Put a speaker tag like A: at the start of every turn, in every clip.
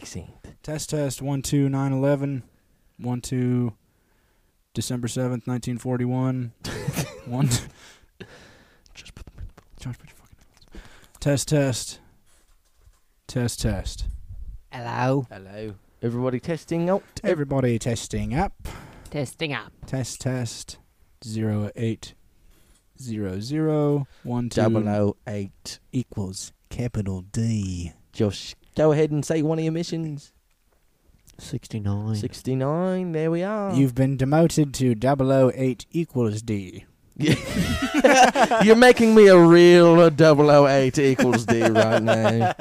A: 18th.
B: Test test one two nine eleven, one two, December seventh nineteen forty one, one. Just put Josh, put your fucking headphones. Test test. Test test.
C: Hello.
A: Hello. Everybody testing out.
B: Everybody testing up.
C: Testing up.
B: Test test. Zero eight. Zero zero one two
A: Double O eight.
B: equals capital D.
A: Josh, go ahead and say one of your missions.
C: 69.
A: 69. There we are.
B: You've been demoted to double O eight equals D.
A: You're making me a real 008 equals D right now.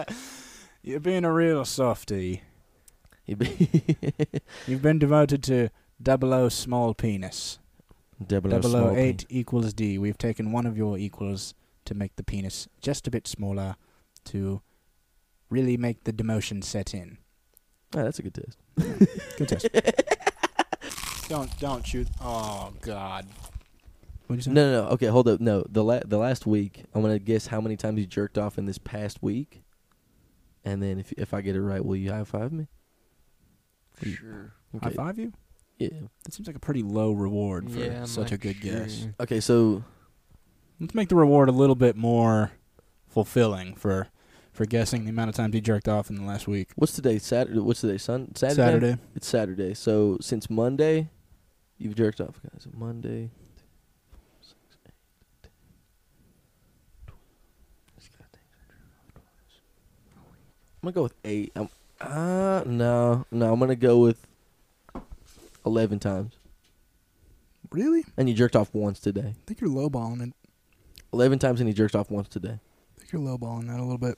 B: You're being a real softy.
A: You be-
B: You've been demoted to double O small penis.
A: Double oh O
B: Double
A: small
B: O
A: P.
B: eight equals D. We've taken one of your equals to make the penis just a bit smaller to really make the demotion set in.
A: Oh, that's a good test.
B: Good test. don't don't shoot. Oh God. What'd you say?
A: No, no, no. Okay, hold up. No, the la- the last week, I'm gonna guess how many times you jerked off in this past week, and then if if I get it right, will you high five me?
C: Sure.
B: High
A: Okay.
B: five you?
A: Yeah.
B: That seems like a pretty low reward for
C: Yeah, I'm
B: such a
C: like,
B: good guess.
C: sure.
A: Okay, so
B: Let's make the reward a little bit more fulfilling for for guessing the amount of times you jerked off in the last week.
A: what's today? Saturday. What's today? Sun. Saturday.
B: Saturday.
A: It's Saturday. So since Monday, you've jerked off, guys. Monday. I'm gonna go with eight. I'm, uh no, no. I'm gonna go with eleven times.
B: Really?
A: And you jerked off once today.
B: I think you're lowballing it.
A: Eleven times, and you jerked off once today.
B: I think you're lowballing that a little bit.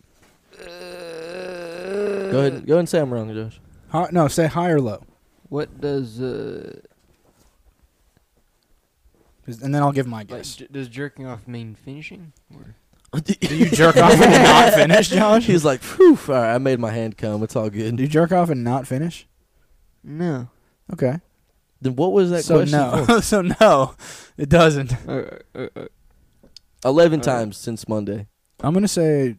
D: Uh,
A: Go ahead, go ahead and say I'm wrong, Josh.
B: Hi, no, say high or low,
C: What does uh
B: 'Cause- and then I'll give my
C: like,
B: guess.
C: j- does jerking off mean finishing? Or?
B: Do you jerk off and not finish, Josh?
A: He's like, phew, all right, I made my hand come. It's all
B: Do
A: good.
B: you jerk off and not finish?
C: No.
B: Okay.
A: Then what was that
B: so
A: question?
B: no.
A: for?
B: so no, it doesn't.
C: Or, or, or,
A: Eleven
C: Uh,
A: times since Monday.
B: I'm gonna say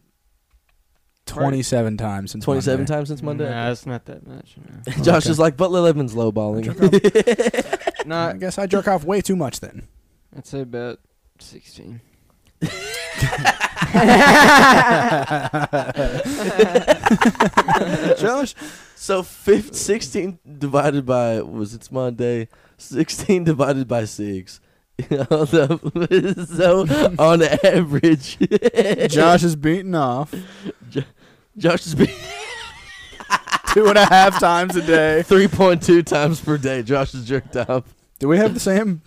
B: twenty-seven times since
A: Twenty-seven
B: Monday.
A: times since Monday.
C: Nah, it's not that much. No.
A: Josh
B: Okay.
A: is like, but eleven's lowballing.
B: I
C: not.
B: guess I jerk off way too much then.
C: I'd say about sixteen.
B: Josh,
A: so fif- sixteen divided by was it's Monday. Sixteen divided by six. so on average,
B: Josh is beating off
A: Josh is being
B: two and a half times a day.
A: three point two times per day. Josh is jerked off.
B: Do we have the same?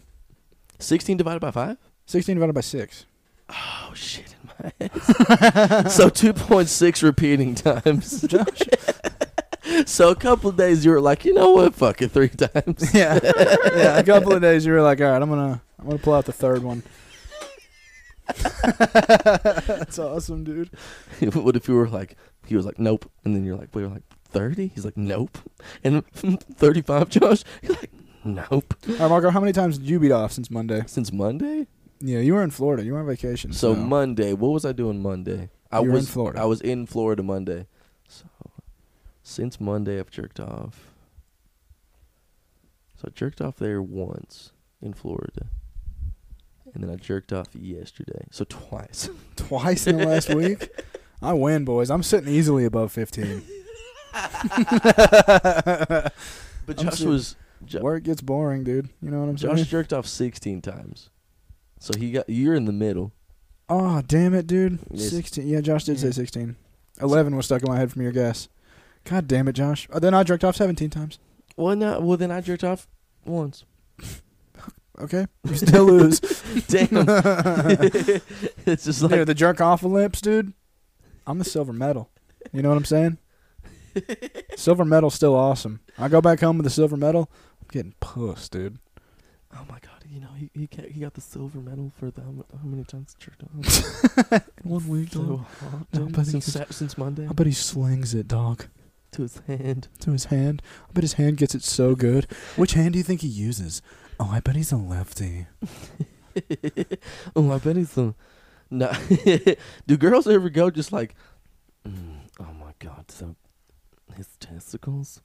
A: Sixteen divided by five.
B: Sixteen divided by six.
A: Oh shit! In my ass. so two point six repeating times.
B: Josh.
A: So a couple of days you were like, you know what, fuck it, three times.
B: yeah. Yeah. A couple of days you were like, all right, I'm gonna I'm gonna pull out the third one. That's awesome, dude.
A: what if you were like, he was like, nope, and then you're like, we were like, thirty? He's like, nope, and thirty-five, Josh. You're like, nope.
B: All right, Marco, how many times did you beat off since Monday?
A: Since Monday.
B: Yeah, you were in Florida. You were on vacation.
A: So Monday, what was I doing Monday? I
B: You were in
A: was
B: Florida.
A: I was in Florida Monday. So since Monday, I've jerked off. So I jerked off there once in Florida, and then I jerked off yesterday. So twice.
B: twice in the last week. I win, boys. I'm sitting easily above 15.
A: But
B: I'm
A: Josh
B: serious.
A: was Jo-
B: Work gets boring, dude. You know what I'm
A: Josh
B: saying?
A: jerked off sixteen times. So he got you're in the middle.
B: Oh, damn it, dude.
A: Yes.
B: 16. Yeah, Josh did say
C: Yeah.
B: 16. 11 was stuck in my head from your guess. God damn it, Josh. Uh, then I jerked off 17 times.
A: Well, no. Well, then I jerked off once.
B: Okay? You still lose.
A: Damn. it's just like
B: dude, the jerk off lips, dude. I'm the silver medal. You know what I'm saying? silver medal's still awesome. I go back home with the silver medal. I'm getting puss, dude.
A: Oh my god, you know, he he, ca- he got the silver medal for the, how, mu- how many times he jerked off?
B: One week,
A: so hot,
B: No,
A: dude.
B: but he
A: since,
B: was-
A: Sat- since Monday
B: I bet he slings it, dog.
A: to his hand.
B: to his hand. I bet his hand gets it so good. Which hand do you think he uses? Oh, I bet he's a lefty.
A: oh, I bet he's a. No, do girls ever go just like, mm, oh my god, so his testicles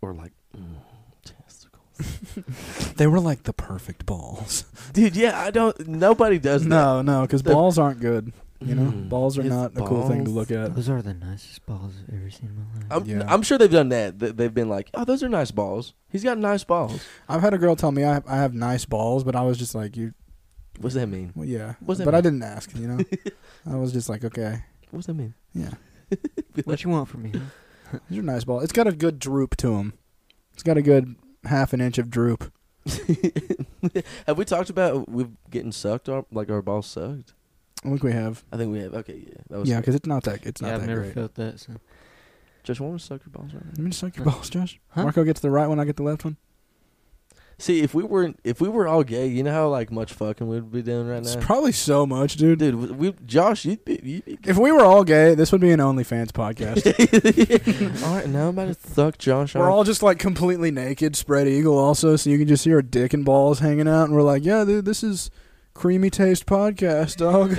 A: or like mm, testicles.
B: They were like the perfect balls.
A: Dude, yeah, I don't. Nobody does that.
B: No, no, because
A: The-
B: balls aren't good. You know,
A: Mm,
B: balls are
A: his
B: not a cool thing to
A: balls.
B: look at.
D: Those are the nicest balls I've ever seen in my life.
A: I'm,
B: Yeah.
A: I'm sure they've done that. Th- They've been like, "Oh, those are nice balls. He's got nice balls."
B: I've had a girl tell me I have, I have nice balls, but I was just like, you,
A: What's that mean?
B: well, yeah.
A: What's that
B: but I
A: mean?
B: didn't ask, you know? I was just like, okay,
A: What's that mean?
B: yeah.
D: what you want from me? huh?
B: These are nice balls. It's got a good droop to them. It's got a good half an inch of droop.
A: Have we talked about we've getting sucked? Our, like our balls sucked?
B: I think we have.
A: I think we have. Okay, yeah, that was.
B: Yeah, because it's not that, it's not
D: yeah, I've
B: that
D: never
B: great.
D: felt that. So.
A: Just want to suck your balls right now.
B: Let me just suck your balls, Josh.
D: Huh?
B: Marco gets the right one, I get the left one.
A: See, if we weren't, if we were all gay, you know how like much fucking we'd be doing right
B: It's
A: now.
B: probably so much, dude.
A: Dude, we, we Josh, you'd be, you'd be
B: If we were all gay, this would be an OnlyFans podcast.
A: all right, now I'm about to suck Josh
B: we're
A: off.
B: all just like completely naked, spread eagle also, so you can just see our dick and balls hanging out, and we're like, yeah, dude, this is creamy taste podcast, dog.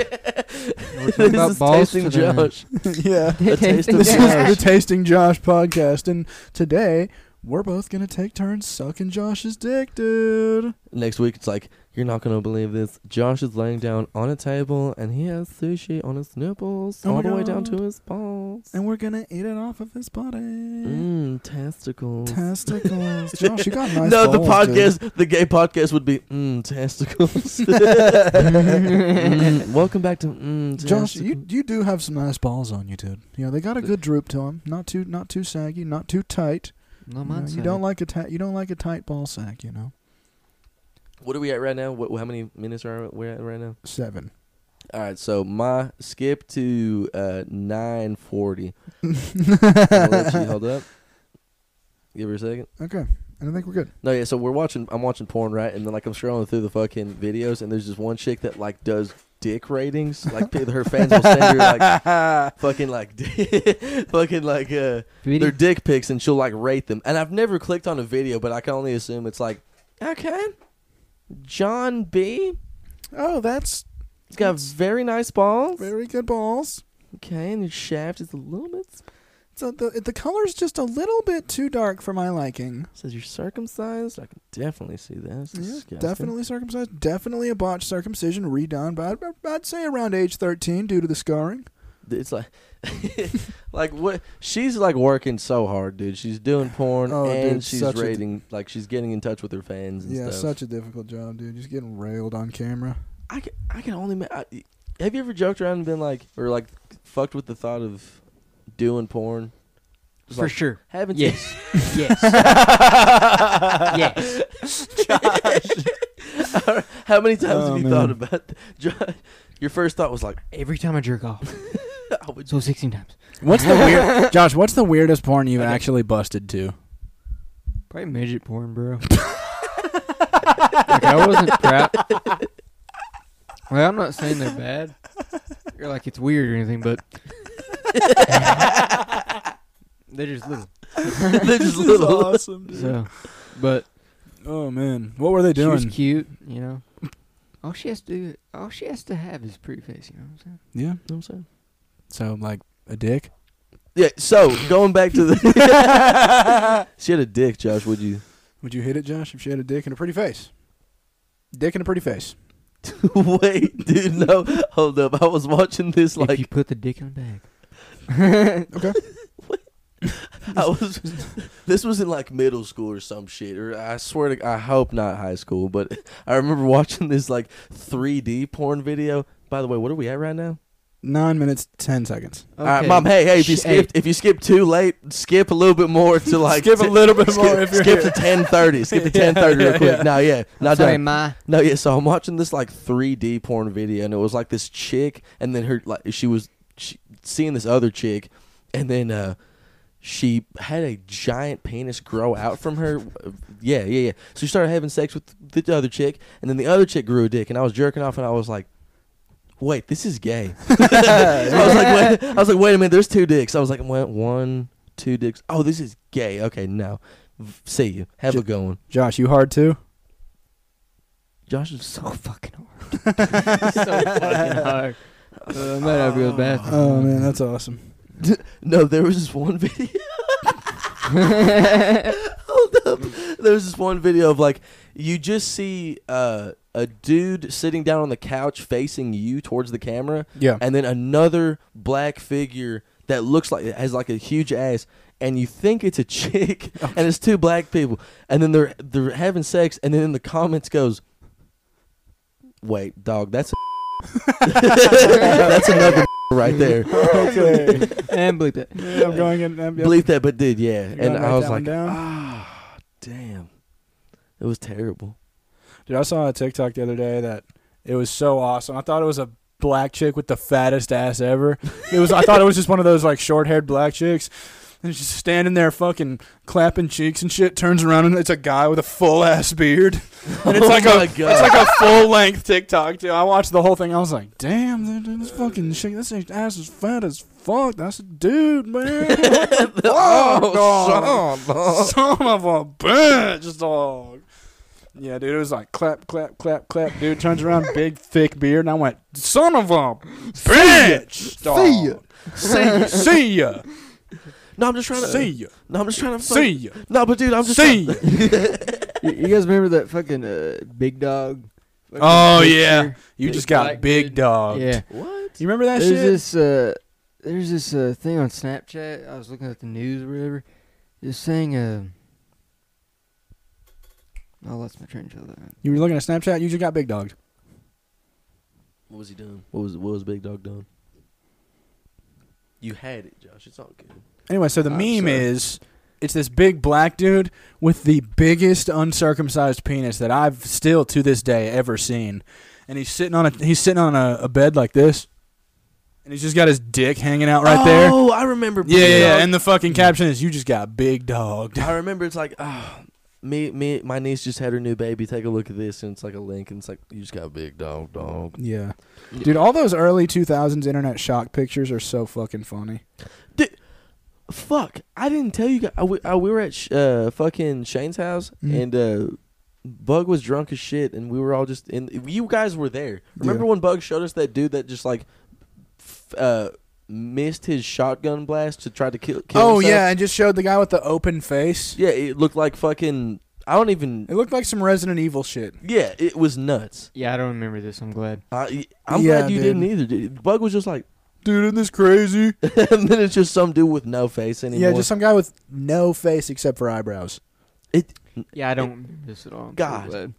D: We're talking about
A: is
D: balls
A: tasting
D: for the-
A: Josh.
B: yeah.
A: A taste of
B: This
A: Josh.
B: is the Tasting Josh podcast, and today we're both gonna take turns sucking Josh's dick, dude.
A: Next week, it's like you're not gonna believe this. Josh is laying down on a table, and he has sushi on his nipples,
B: Oh my
A: all the way down
B: God.
A: to his balls.
B: And we're gonna eat it off of his body.
A: Mmm, testicles.
B: Testicles, Josh, you got nice.
A: no, the
B: balls, dude.
A: podcast, the gay podcast would be mmm testicles. Mm, welcome back to mmm.
B: Josh,
A: testicles.
B: you you do have some nice balls on you, dude. You know they got a good droop to them. Not too not too saggy, not too tight. You,
D: No,
B: know,
D: mine's
B: you don't
D: not.
B: like a ta- you don't like a tight ball sack, you know.
A: What are we at right now? What, how many minutes are we at right now?
B: Seven.
A: All right, so my skip to uh, nine forty. let you hold up. Give her a second.
B: Okay, and I think we're good.
A: No, yeah. So we're watching. I'm watching porn, right? And then like I'm scrolling through the fucking videos, and there's this one chick that like does dick ratings. Like pe- her fans will send her like fucking like fucking like uh,
D: Beauty.
A: their dick pics, and she'll like rate them. And I've never clicked on a video, but I can only assume it's like okay, John B.
B: Oh, that's
A: He's got
B: That's
A: very nice balls.
B: very good balls.
A: Okay, and his shaft is a little bit.
B: So the the color's just a little bit too dark for my liking.
A: Says you're circumcised. I can definitely see this.
B: Yeah, definitely circumcised. Definitely a botched circumcision redone, but I'd, I'd say around age thirteen due to the scarring.
A: It's like, like what? She's like working so hard, dude. She's doing porn
B: Oh,
A: and
B: dude,
A: she's
B: such a-
A: rating. like she's getting in touch with her fans and
B: yeah,
A: stuff.
B: such a difficult job, dude. Just getting railed on camera.
A: I can, I can only. Ma- I, have you ever joked around and been like, or like, fucked with the thought of doing porn? Just
D: for
A: like,
D: sure.
A: Haven't you-
D: Yes. yes. yes.
A: How many times
B: Oh,
A: have you
B: man.
A: thought about? th- Josh, your first thought was like,
D: Every time I jerk off,
A: I would
D: so 16 times.
B: What's the weird Josh? What's the weirdest porn you've
A: Okay.
B: actually busted to?
D: Probably midget porn, bro. like, I wasn't crap. Well, I'm not saying they're bad. Or like it's weird or anything, but they're just little.
A: They're just little.
B: awesome,
D: So, but
B: Oh man, what were they
D: she was
B: doing?
D: cute, you know. All she has to do, all she has to have is pretty face. You know what I'm saying?
B: Yeah,
A: You know what I'm saying?
B: so like a dick.
A: Yeah. So going back to the, she had a dick, Josh. Would you?
B: Would you hit it, Josh, if she had a dick and a pretty face? Dick and a pretty face.
A: Wait, dude. No, hold up. I was watching this
D: if
A: like
D: you put the dick in a bag,
B: Okay.
A: I was. This was in like middle school or some shit, or I swear to. I hope not high school, but I remember watching this like 3D porn video. By the way, what are we at right now?
B: Nine minutes, ten seconds.
A: All right, mom. Hey, hey. If you
D: Sh-
A: skipped, if you skip too late, skip a little bit more to like
B: skip a little bit
A: skip,
B: more if you're
A: skip
B: here.
A: to ten thirty. Skip to ten thirty real quick. No, yeah, not
D: Sorry,
A: done.
D: ma.
A: No, yeah. So I'm watching this like 3D porn video, and it was like this chick, and then her like she was she, seeing this other chick, and then uh, she had a giant penis grow out from her. Yeah, yeah, yeah. So she started having sex with the other chick, and then the other chick grew a dick, and I was jerking off, and I was like. Wait, this is gay. I was like, wait, I was like, wait a minute. There's two dicks. I was like, wait, one, two dicks. Oh, this is gay. Okay, no. V- See you. Have a
B: Ju-
A: good one.
B: Josh, you hard too?
A: Josh is
D: So fucking hard. so fucking hard.
A: Oh,
D: Uh, I might have to go to the bathroom.
B: Oh man, that's awesome.
A: No, there was this one video. Hold up. There was this one video of like you just see uh, a dude sitting down on the couch facing you towards the camera,
B: Yeah.
A: and then another black figure that looks like has like a huge ass, and you think it's a chick, and it's two black people, and then they're they're having sex, and then in the comments goes, "Wait, dog, that's a that's another right there."
D: Mm-hmm.
B: okay.
D: and bleep it.
B: Yeah, I'm going in. I'm,
A: Believe that, but did yeah,
B: You
A: and
B: gotta write
A: I was
B: that one
A: like,
B: down.
A: ah, damn, it was terrible.
B: Dude, I saw a TikTok the other day that it was so awesome. I thought it was a black chick with the fattest ass ever. It was. I thought it was just one of those like short haired black chicks. And she's standing there fucking clapping cheeks and shit. Turns around and it's a guy with a full ass beard. And it's
A: Oh
B: like
A: my
B: a
A: God.
B: it's like a full length TikTok too. I watched the whole thing. I was like, damn, dude, this fucking chick, this ass is fat as fuck. That's a dude, man.
A: Oh, son, oh.
B: Son of a bitch, dog. Yeah, dude, it was like clap, clap, clap, clap. Dude turns around, big, thick beard, and I went, son of a bitch, dog.
A: See ya.
B: See ya. See ya.
A: No, I'm just trying to.
B: See ya.
A: No, I'm just trying to.
B: See ya.
A: No, but dude, I'm just.
B: See ya.
D: You, you guys remember that fucking uh, big dog? Fucking
B: Oh, yeah.
D: picture?
B: You just
D: Big
B: got
D: black
B: big
D: dude.
B: dog.
D: Yeah.
A: What?
B: You remember that
D: There's
B: shit?
D: this uh, there's this uh, thing on Snapchat. I was looking at the news or whatever. This thing. Uh, I lost my train of thought.
B: you were looking at Snapchat. You just got big dog.
A: What was he doing? What was what was Big Dog doing? You had it, Josh. It's all good.
B: Anyway, so the
D: I'm
B: meme
D: sorry.
B: is it's this big black dude with the biggest uncircumcised penis that I've still to this day ever seen, and he's sitting on a he's sitting on a, a bed like this, and he's just got his dick hanging out right there.
A: Oh, I remember. Big
B: Yeah, yeah, yeah,
A: Dog.
B: and the fucking caption is "You just got big dogged."
A: I remember it's like, ah, me, me, my niece just had her new baby. Take a look at this, and it's like a link, and it's like, you just got Big Dog, dog.
B: Yeah, dude, all those early two thousands internet shock pictures are so fucking funny.
A: Fuck, I didn't tell you guys. I, we, I, we were at sh- uh, fucking Shane's house,
B: Mhm.
A: and uh, Bug was drunk as shit, and we were all just in. You guys were there. Remember
B: Yeah.
A: when Bug showed us that dude that just like, f- uh, missed his shotgun blast to try to kill? kill
B: oh
A: himself?
B: yeah, and just showed the guy with the open face.
A: yeah. It looked like fucking. I don't even.
B: It looked like some Resident Evil shit.
A: Yeah, it was nuts.
D: Yeah, I don't remember this. I'm glad.
A: I, I'm
B: Yeah,
A: glad you
B: dude.
A: didn't either. Dude. Bug was just like,
B: Dude, isn't this crazy?
A: and then it's just some dude with no face anymore.
B: Yeah, just some guy with no face except for eyebrows.
A: it.
D: Yeah, I don't remember this at all. I'm so
A: God.
D: glad.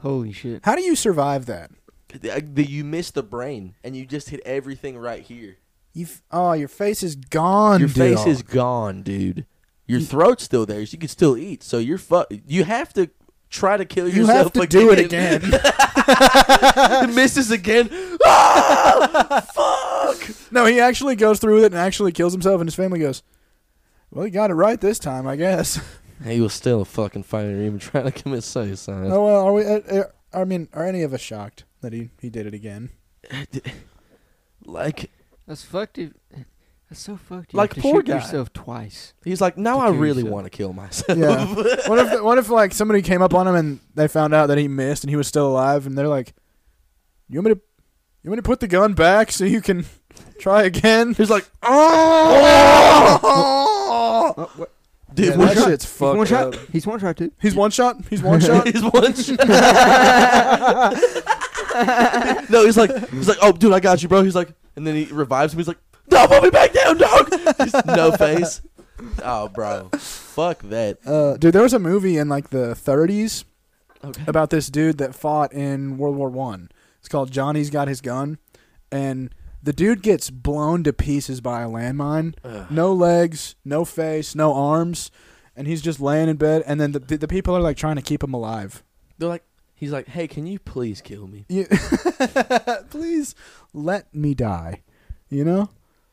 D: Holy shit.
B: How do you survive that?
A: The, the- you miss the brain, and you just hit everything right here.
B: You f- oh, your face is gone.
A: Your face
B: dog.
A: is gone, dude. Your throat's still there, so you can still eat. So you're fu- You have to try to kill
B: You
A: yourself.
B: have to do it again.
A: it misses again. Ah, fuck!
B: no, he actually goes through with it and actually kills himself, and his family goes, "Well, he got it right this time, I guess."
A: He was still a fucking fighter, even trying to commit suicide.
B: oh well, are we? Uh, uh, I mean, are any of us shocked that he he did it again?
A: Like
D: That's fucked. If, that's so fucked. You
A: Like,
D: have to
A: poor
D: shoot
A: guy.
D: yourself twice.
A: he's like, now
D: To
A: I
D: kill
A: really
D: yourself.
A: want to kill myself.
B: Yeah. what if what if like somebody came up on him and they found out that he missed and he was still alive, and they're like, "You want me to, you want me to put the gun back so you can try again?"
A: He's like,
B: Oh,
D: Oh, what?
A: dude,
B: yeah,
A: what
B: that shit's
D: He's one
B: fucked
D: shot.
B: up.
D: He's one shot too.
B: He's one shot. He's one shot.
A: He's one shot. no, he's like, he's like, oh, dude, I got you, bro. He's like, and then he revives him. He's like, no, put me back down, dog. He's no face. Oh, bro, fuck that.
B: Uh, dude, there was a movie in like the 30s
A: Okay.
B: about this dude that fought in World War One. It's called Johnny's Got His Gun, and the dude gets blown to pieces by a landmine.
A: Ugh.
B: No legs, no face, no arms, and he's just laying in bed. And then the the people are like trying to keep him alive.
A: They're like, he's like, hey, can you please kill me?
B: You- Please let me die. You know?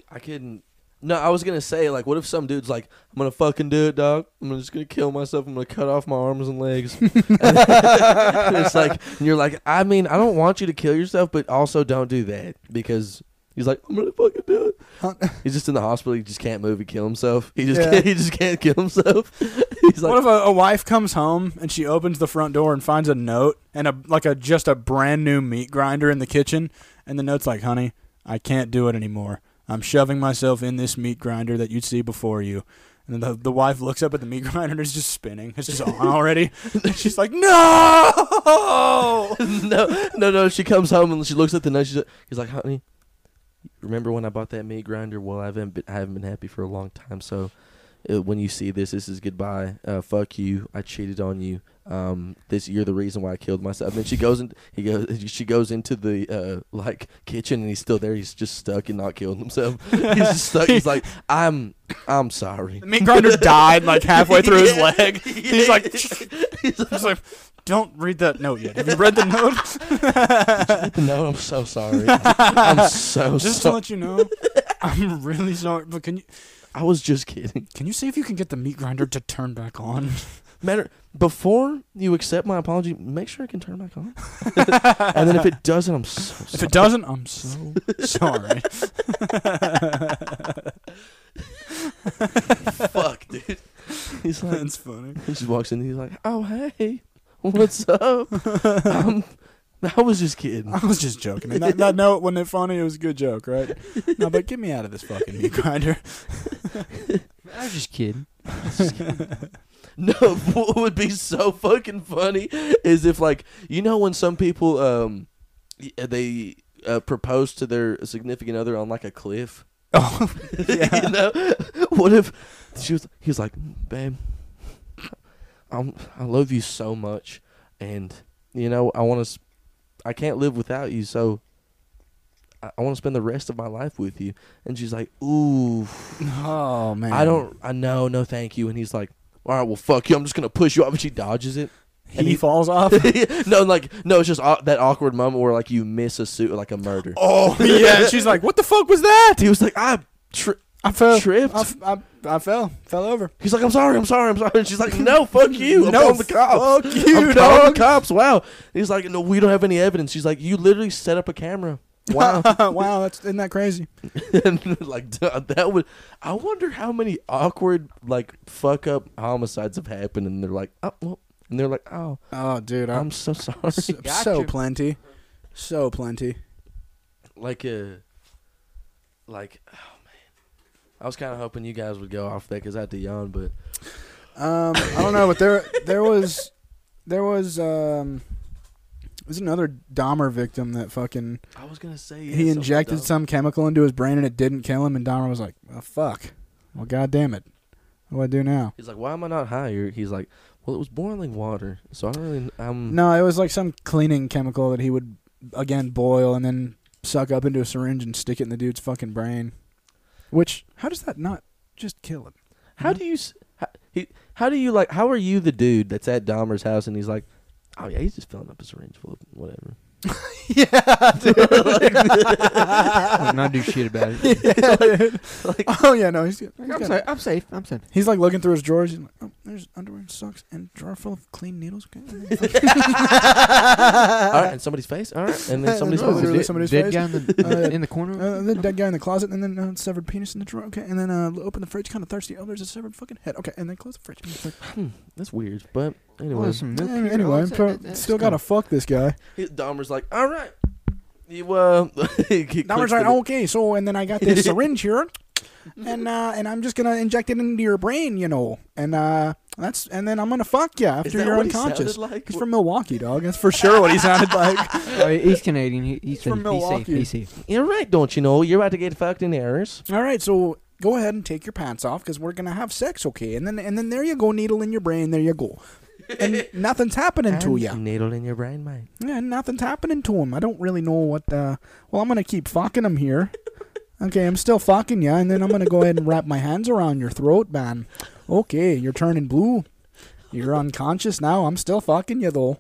A: I couldn't. No, I was gonna say like, what if some dude's like, I'm gonna fucking do it, dog. I'm just gonna kill myself. I'm gonna cut off my arms and legs. and it's like and you're like, I mean, I don't want you to kill yourself, but also don't do that because he's like, I'm gonna fucking do
B: Huh?
A: it. He's just in the hospital. He just can't move. He kill himself. He just
B: Yeah.
A: can't, he just can't kill himself. he's
B: what
A: like,
B: if a, a wife comes home and she opens the front door and finds a note and a like a just a brand new meat grinder in the kitchen and the note's like, "Honey, I can't do it anymore. I'm shoving myself in this meat grinder that you see before you." And then the, the wife looks up at the meat grinder and it's just spinning. It's just on already. She's like,
A: Oh!
B: no!
A: no, no, no. She comes home and she looks at the knife. She's like, he's like, honey, remember when I bought that meat grinder? Well, I haven't been, I haven't been happy for a long time. So uh, when you see this, this is goodbye. Uh, fuck you. I cheated on you. Um, this you're the reason why I killed myself. And then she goes and he goes. She goes into the uh, like kitchen and he's still there. He's just stuck and not killing himself. he's just stuck. He's like, I'm, I'm sorry.
B: The meat grinder died like halfway through his
A: Yeah.
B: leg. He's like, he's like, don't read that note yet. Have you read the note?
A: no, I'm so sorry. I'm so
B: Just to
A: sorry.
B: let you know, I'm really sorry. But can you
A: I was just kidding.
B: can you see if you can get the meat grinder to turn back on?
A: Matter before you accept my apology, make sure it can turn back on. and then if it doesn't, I'm so sorry.
B: If it doesn't, I'm so sorry.
A: fuck, dude. He's like,
B: That's funny.
A: he just walks in. He's like, oh hey, what's up? um, I was just kidding.
B: I was just joking. And that, that note wasn't it funny. It was a good joke, right? No, but get me out of this fucking meat grinder.
D: I was just kidding.
A: No, what would be so fucking funny is if like you know when some people um y- they uh, propose to their significant other on like a cliff.
B: Oh,
A: you know, what if she was? He was like, "Babe, I'm, I love you so much, and you know, I want to, I can't live without you, so I, I want to spend the rest of my life with you." And she's like, "Ooh,
B: oh man.
A: I don't, I know, no, thank you." And he's like, "All right, well, fuck you, I'm just gonna push you off." And she dodges it.
B: He,
A: and he-
B: falls off.
A: no, like, no, it's just au- that awkward moment where like you miss a suit, like a murder.
B: oh yeah. and She's like, "What the fuck was that?"
A: He was like, "I." Tri-
B: I fell.
A: tripped.
B: I, f- I, I fell. Fell over.
A: He's like, I'm sorry, I'm sorry, I'm sorry. And she's like, No, fuck you. I'm
B: No,
A: calling the cops.
B: fuck you,
A: I'm calling
B: dog.
A: the cops. Wow. He's like, No, we don't have any evidence. She's like, You literally set up a camera. Wow.
B: wow. That's isn't that crazy?
A: and like duh, that would. I wonder how many awkward like fuck up homicides have happened, and they're like, Oh, well, and they're like, Oh,
B: Oh, dude. I'm
A: I'm so sorry.
B: so,
D: Gotcha.
B: so plenty. So plenty.
A: like a, like, oh man. I was kind of hoping you guys would go off that because I had to yawn, but
B: Um, I don't know, but there there was there was um, there was another Dahmer victim that fucking
A: I was gonna say
B: he injected some chemical into his brain and it didn't kill him, and Dahmer was like, oh, "Fuck, well, god damn it, what do I do now?"
A: He's like, why am I not higher? He's like, well, it was boiling water, so I don't really. I'm
B: No, it was like some cleaning chemical that he would again boil and then suck up into a syringe and stick it in the dude's fucking brain. Which how does that not just kill him?
A: How
B: Mm-hmm.
A: do you? s- How, he, how do you like? How are you the dude that's at Dahmer's house and he's like, oh yeah, he's just filling up a syringe full of whatever.
B: yeah,
D: And I do shit about it.
B: dude. oh yeah, no, he's, he's
D: I'm,
B: got-
D: safe. I'm safe. I'm safe.
B: He's like looking through his drawers. He's like, oh, there's underwear and socks and a drawer full of clean needles. Okay.
A: All right, and somebody's face. All right, and then somebody's
B: Oh,
A: face.
B: literally
D: dead,
B: somebody's
D: dead
B: face.
D: guy in the,
B: Uh,
D: in the corner.
B: uh, the dead guy in the closet, and then uh, severed penis in the drawer. Okay, and then uh, open the fridge, kind of thirsty. Oh, there's a severed fucking head. Okay, and then close the fridge. And it's like,
A: Hmm, that's weird, but
D: Oh,
A: anyway,
D: there's some milk
B: eh,
D: here.
B: anyway,
D: Oh,
B: I'm
D: it's-
B: pro-
D: it's-
B: still
D: it's-
B: gotta fuck this guy.
A: He- Dahmer's like, all right, you uh. he clicks
B: Now we're like,
A: the-
B: okay, so and then I got this syringe here, and uh, and I'm just gonna inject it into your brain, you know, and uh, that's and then I'm gonna fuck you
A: Is
B: after
A: that
B: you're
A: what he
B: unconscious.
A: sounded like?
B: He's from Milwaukee, dog. That's for sure what he sounded like.
D: Oh, yeah, he's Canadian. He,
B: He's
D: he's,
B: from
D: safe. He's safe.
B: Milwaukee.
D: He's safe.
A: You're right, don't you know? You're about to get fucked in errors.
B: All right, so go ahead and take your pants off because we're gonna have sex, okay? And then and then there you go, needle in your brain. There you go, and nothing's happening to
A: And
B: you.
A: Needle in your brain, mate.
B: Yeah, nothing's happening to him. I don't really know what the. Well, I'm gonna keep fucking him here. Okay, I'm still fucking you, and then I'm gonna go ahead and wrap my hands around your throat, man. Okay, you're turning blue. You're unconscious now. I'm still fucking you though.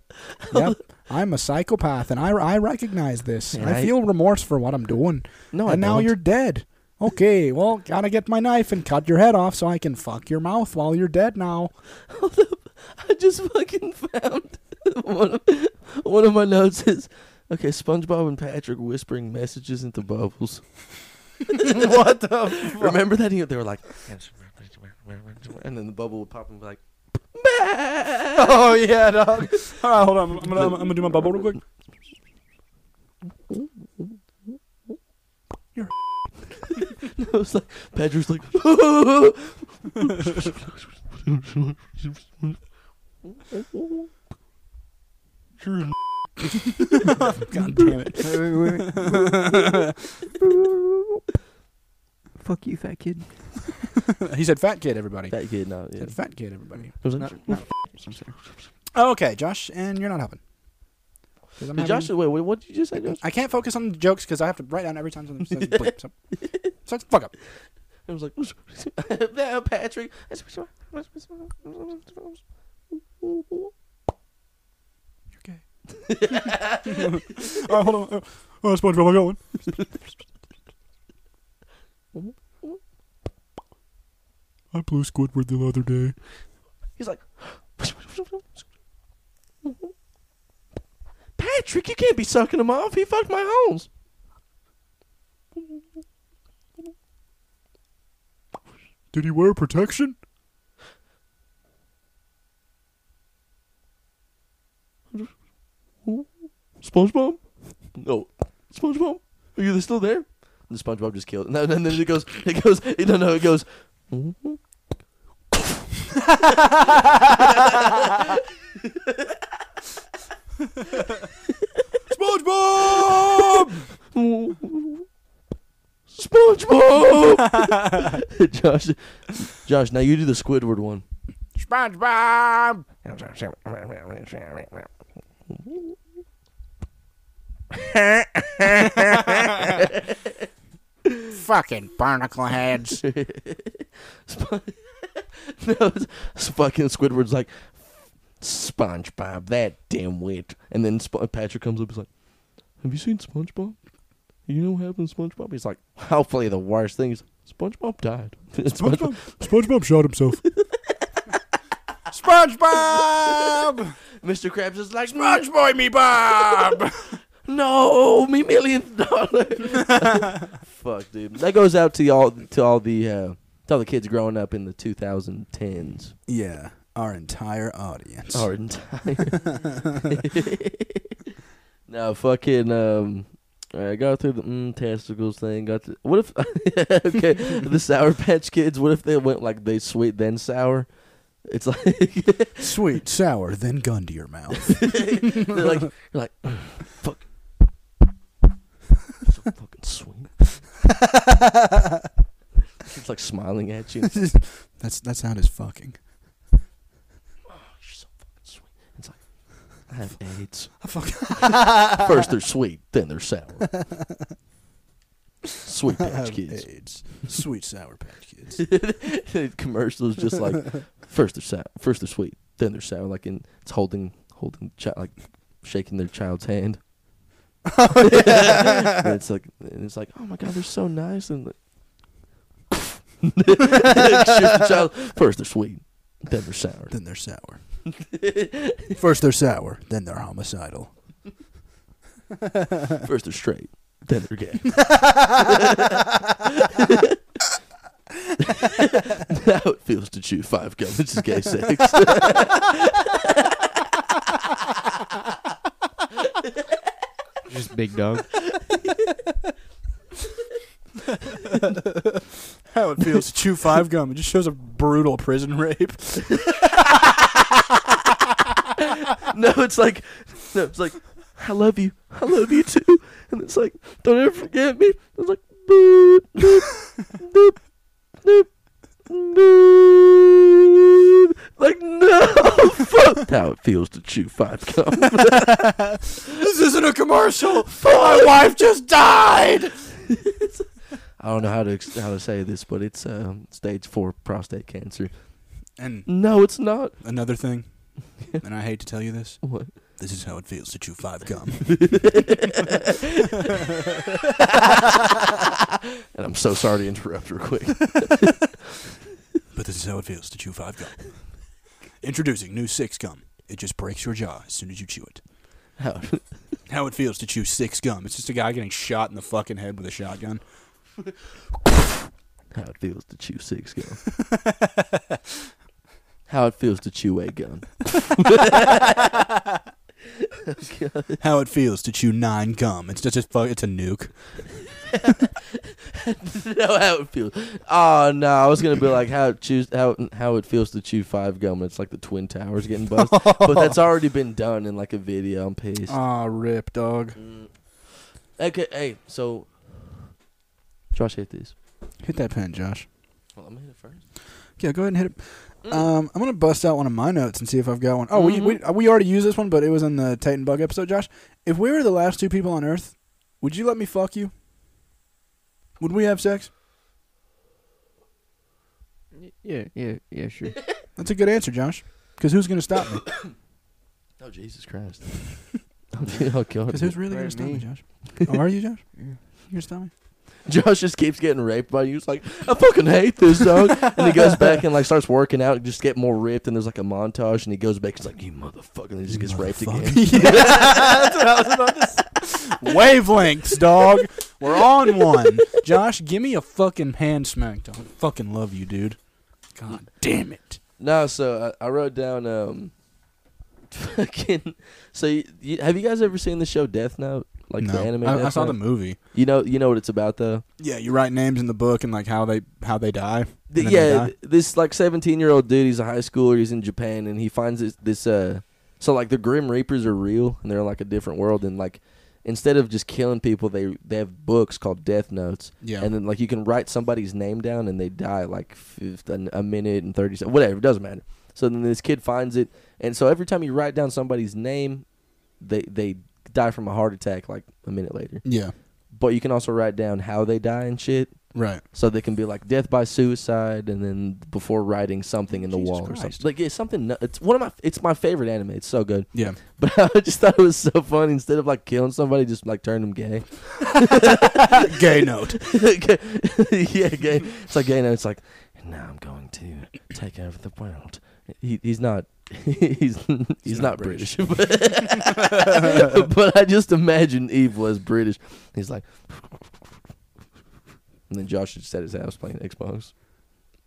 B: Yep, I'm a psychopath, and I I recognize this.
A: Yeah,
B: I
A: I-
B: feel remorse for what I'm doing
A: No, I
B: and now
A: don't.
B: you're dead. Okay, well, gotta get my knife and cut your head off so I can fuck your mouth while you're dead now.
A: I just fucking found one of, one of my notes is okay. SpongeBob and Patrick whispering messages into bubbles. what the? Remember that? They were like, and then the bubble would pop and be like,
B: Oh yeah, dog. All right, hold on. I'm gonna, I'm, gonna do my bubble real quick.
A: I was like, Patrick's like,
B: God damn it.
D: Fuck you, fat kid.
B: He said fat kid, everybody.
A: That kid, no.
B: He
A: Yeah.
B: said fat kid, everybody.
A: Was it-
D: Not- not- I'm sorry.
B: Oh, okay, Josh, and you're not helping. 'Cause I'm
A: Did Josh,
B: having-
A: wait, what, what did you just say, Josh?
B: I can't focus on the jokes because I have to write down every time something says bleep. So, so fuck up.
A: It was like, "Yeah, Patrick.
B: Okay. All right, hold on. Oh, oh SpongeBob, I'm going. I blew Squidward the other day.
A: He's like, Patrick, you can't be sucking him off. He fucked my homes.
B: Did he wear protection?
A: SpongeBob? No. SpongeBob? Are you still there? And SpongeBob just killed. And then, and then it goes, it goes, no, no, it goes.
B: SpongeBob!
A: SpongeBob! Josh, Josh, now you do the Squidward one.
B: SpongeBob! Fucking barnacle heads.
A: Sp- no, it's, it's fucking Squidward's like, SpongeBob, that dimwit. And then Sp- Patrick comes up, he's like, Have you seen SpongeBob? You know what happened to SpongeBob? He's like, Hopefully the worst thing is SpongeBob died. SpongeBob.
B: SpongeBob shot himself. SpongeBob!
A: Mr. Krabs is like,
B: SpongeBob me Bob!
A: No, me millionth dollar. Fuck, dude. That goes out to all to all the uh, to all the kids growing up in the 2010s.
B: yeah, our entire audience.
A: Our entire. no, fucking. Um, all right, got through the mm, testicles thing. Got to, what if? okay, the Sour Patch Kids. What if they went like they sweet then sour? It's like
B: Sweet, sour, then gun to your mouth.
A: They're like, you're like, "Ugh, fuck. So fucking sweet. It's like smiling at you. You're
B: That's that sound is fucking.
A: so fucking sweet. It's like, I have AIDS.
B: fuck.
A: First they're sweet, then they're sour. Sweet Patch Kids.
B: AIDS. Sweet sour patch kids.
A: The Commercials just like, first they're sour, first they're sweet, then they're sour. Like in, it's holding, holding, chi- like shaking their child's hand. and it's like, and it's like, oh my god, they're so nice, and like, shoot the child. First they're sweet, then they're sour.
B: then they're sour. First they're sour, then they're homicidal.
A: First they're straight, then they're gay. Now it feels to chew five gum. It's gay sex.
D: Just big dog.
B: How it feels to chew five gum. It just shows a brutal prison rape.
A: no, it's like, no, it's like, I love you. I love you too. And it's like, don't ever forget me. It's like, boop, boop, boop, boop, boop. Like, no, fuck how it feels to chew five gum.
B: this isn't a commercial. My wife just died.
A: I don't know how to ex- how to say this, but it's um, stage four prostate cancer.
B: And
A: No, it's not.
B: another thing, and I hate to tell you this,
A: What?
B: this is how it feels to chew five gum.
A: And I'm so sorry to interrupt real quick.
B: But this is how it feels to chew five gum. Introducing new six gum. It just breaks your jaw as soon as you chew it.
A: How-
B: How it feels to chew six gum. It's just a guy getting shot in the fucking head with a shotgun.
A: how it feels to chew six gum. how it feels to chew a gun.
B: How it feels to chew nine gum. It's just, it's fu- it's a nuke.
A: know how it feels. Oh no, I was gonna be like how it choose how how it feels to chew five gum. and It's like the twin towers getting buzzed, but that's already been done in like a video. I'm pissed.
B: Aw, rip, dog.
A: Mm. Okay, hey, so Josh hit these.
B: Hit that pen, Josh.
A: Well, I'm hit it first.
B: Yeah, go ahead and hit it. Um, I'm gonna bust out one of my notes and see if I've got one. Oh, we, we we already used this one, but it was in the Titan Bug episode. Josh, if we were the last two people on Earth, would you let me fuck you? Would we have sex?
D: Yeah, yeah, yeah, sure.
B: That's a good answer, Josh. Because who's gonna stop me?
A: Oh Jesus Christ! oh
B: Because
A: God!
B: who's really gonna
D: Right,
B: stop me,
D: me.
B: Josh? Oh, are you, Josh?
D: Yeah.
B: You gonna stop me?
A: Josh just keeps getting raped by you. He's like, I fucking hate this dog. and he goes back and like starts working out and just get more ripped. And there's like a montage. And he goes back. He's like, you motherfucker. And he just gets raped again.
B: Wavelengths, dog. We're on one. Josh, give me a fucking hand smack, dog. Fucking love you, dude. God damn it.
A: No, so I, I wrote down um, fucking. So you, you, have you guys ever seen the show Death Note? Like the anime.
B: I, I
A: Death
B: saw
A: Note?
B: the movie.
A: You know, you know what it's about though.
B: Yeah, you write names in the book and like how they how they die.
A: Th-
B: and then they
A: yeah,
B: die.
A: th- this like seventeen year old dude. He's a high schooler. He's in Japan, and he finds this, this. uh So like the Grim Reapers are real, and they're in like a different world. And like instead of just killing people, they they have books called Death Notes,
B: yeah.
A: and then like you can write somebody's name down, and they die like fifth, an, a minute and thirty seconds, whatever. It doesn't matter. So then this kid finds it, and so every time you write down somebody's name, they they die from a heart attack like a minute later.
B: yeah.
A: But you can also write down how they die and shit.
B: Right.
A: So they can be like death by suicide, and then before writing something in the
B: Jesus
A: wall or
B: Christ.
A: something. Like it's something. nu- It's one of my. It's my favorite anime. It's so good.
B: Yeah.
A: But I just thought it was so funny. Instead of like killing somebody, just like turn them gay.
B: Gay note.
A: yeah, gay. It's like gay. Now it's like now I'm going to take over the world. He, he's not. He's he's, not,
B: not
A: British. but, but I just imagine Eve was British. He's like, and then Josh is just at his house playing Xbox,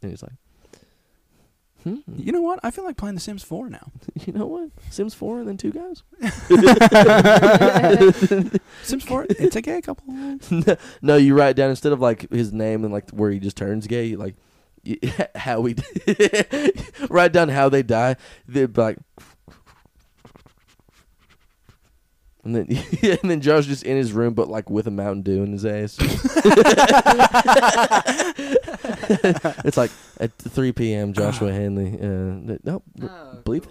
A: and he's like, hmm,
B: You know what? I feel like playing The Sims 4 now.
A: you know what? Sims Four and then two guys.
B: Sims 4, it's a gay couple.
A: No, you write down instead of like his name and like where he just turns gay, you, like you, how we write down how they die. They're like, and then yeah, and then Josh just in his room, but like with a Mountain Dew in his ass. it's like at three p.m. Joshua Hanley. Uh, th- no,
C: Oh,
A: bleep.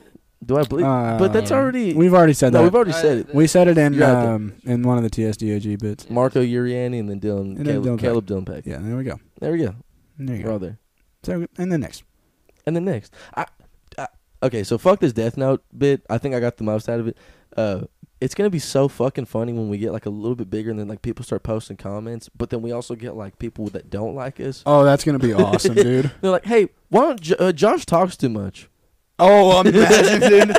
A: Do I bleep? but that's
B: Uh,
A: already
B: We've already said
A: no,
B: that.
A: we've already
C: I-
A: said it.
B: we said it in
A: You're out there.
B: um, in one of the TSDOG
D: uh,
B: bits.
A: Marco Uriani and then Dylan
B: And then
A: Caleb,
B: Dylan Peck.
A: Caleb Dylan Peck.
B: Yeah, there we go.
A: There we go.
B: There you
A: We're all
B: go.
A: there.
B: So, and then next.
A: And then next, I, I okay. So fuck this Death Note bit. I think I got the most out of it. Uh, it's gonna be so fucking funny when we get like a little bit bigger, and then like people start posting comments. But then we also get like people that don't like us.
B: Oh, that's gonna be awesome, dude.
A: They're like, hey, why don't jo- uh, Josh talks too much?
B: Oh, imagine, dude.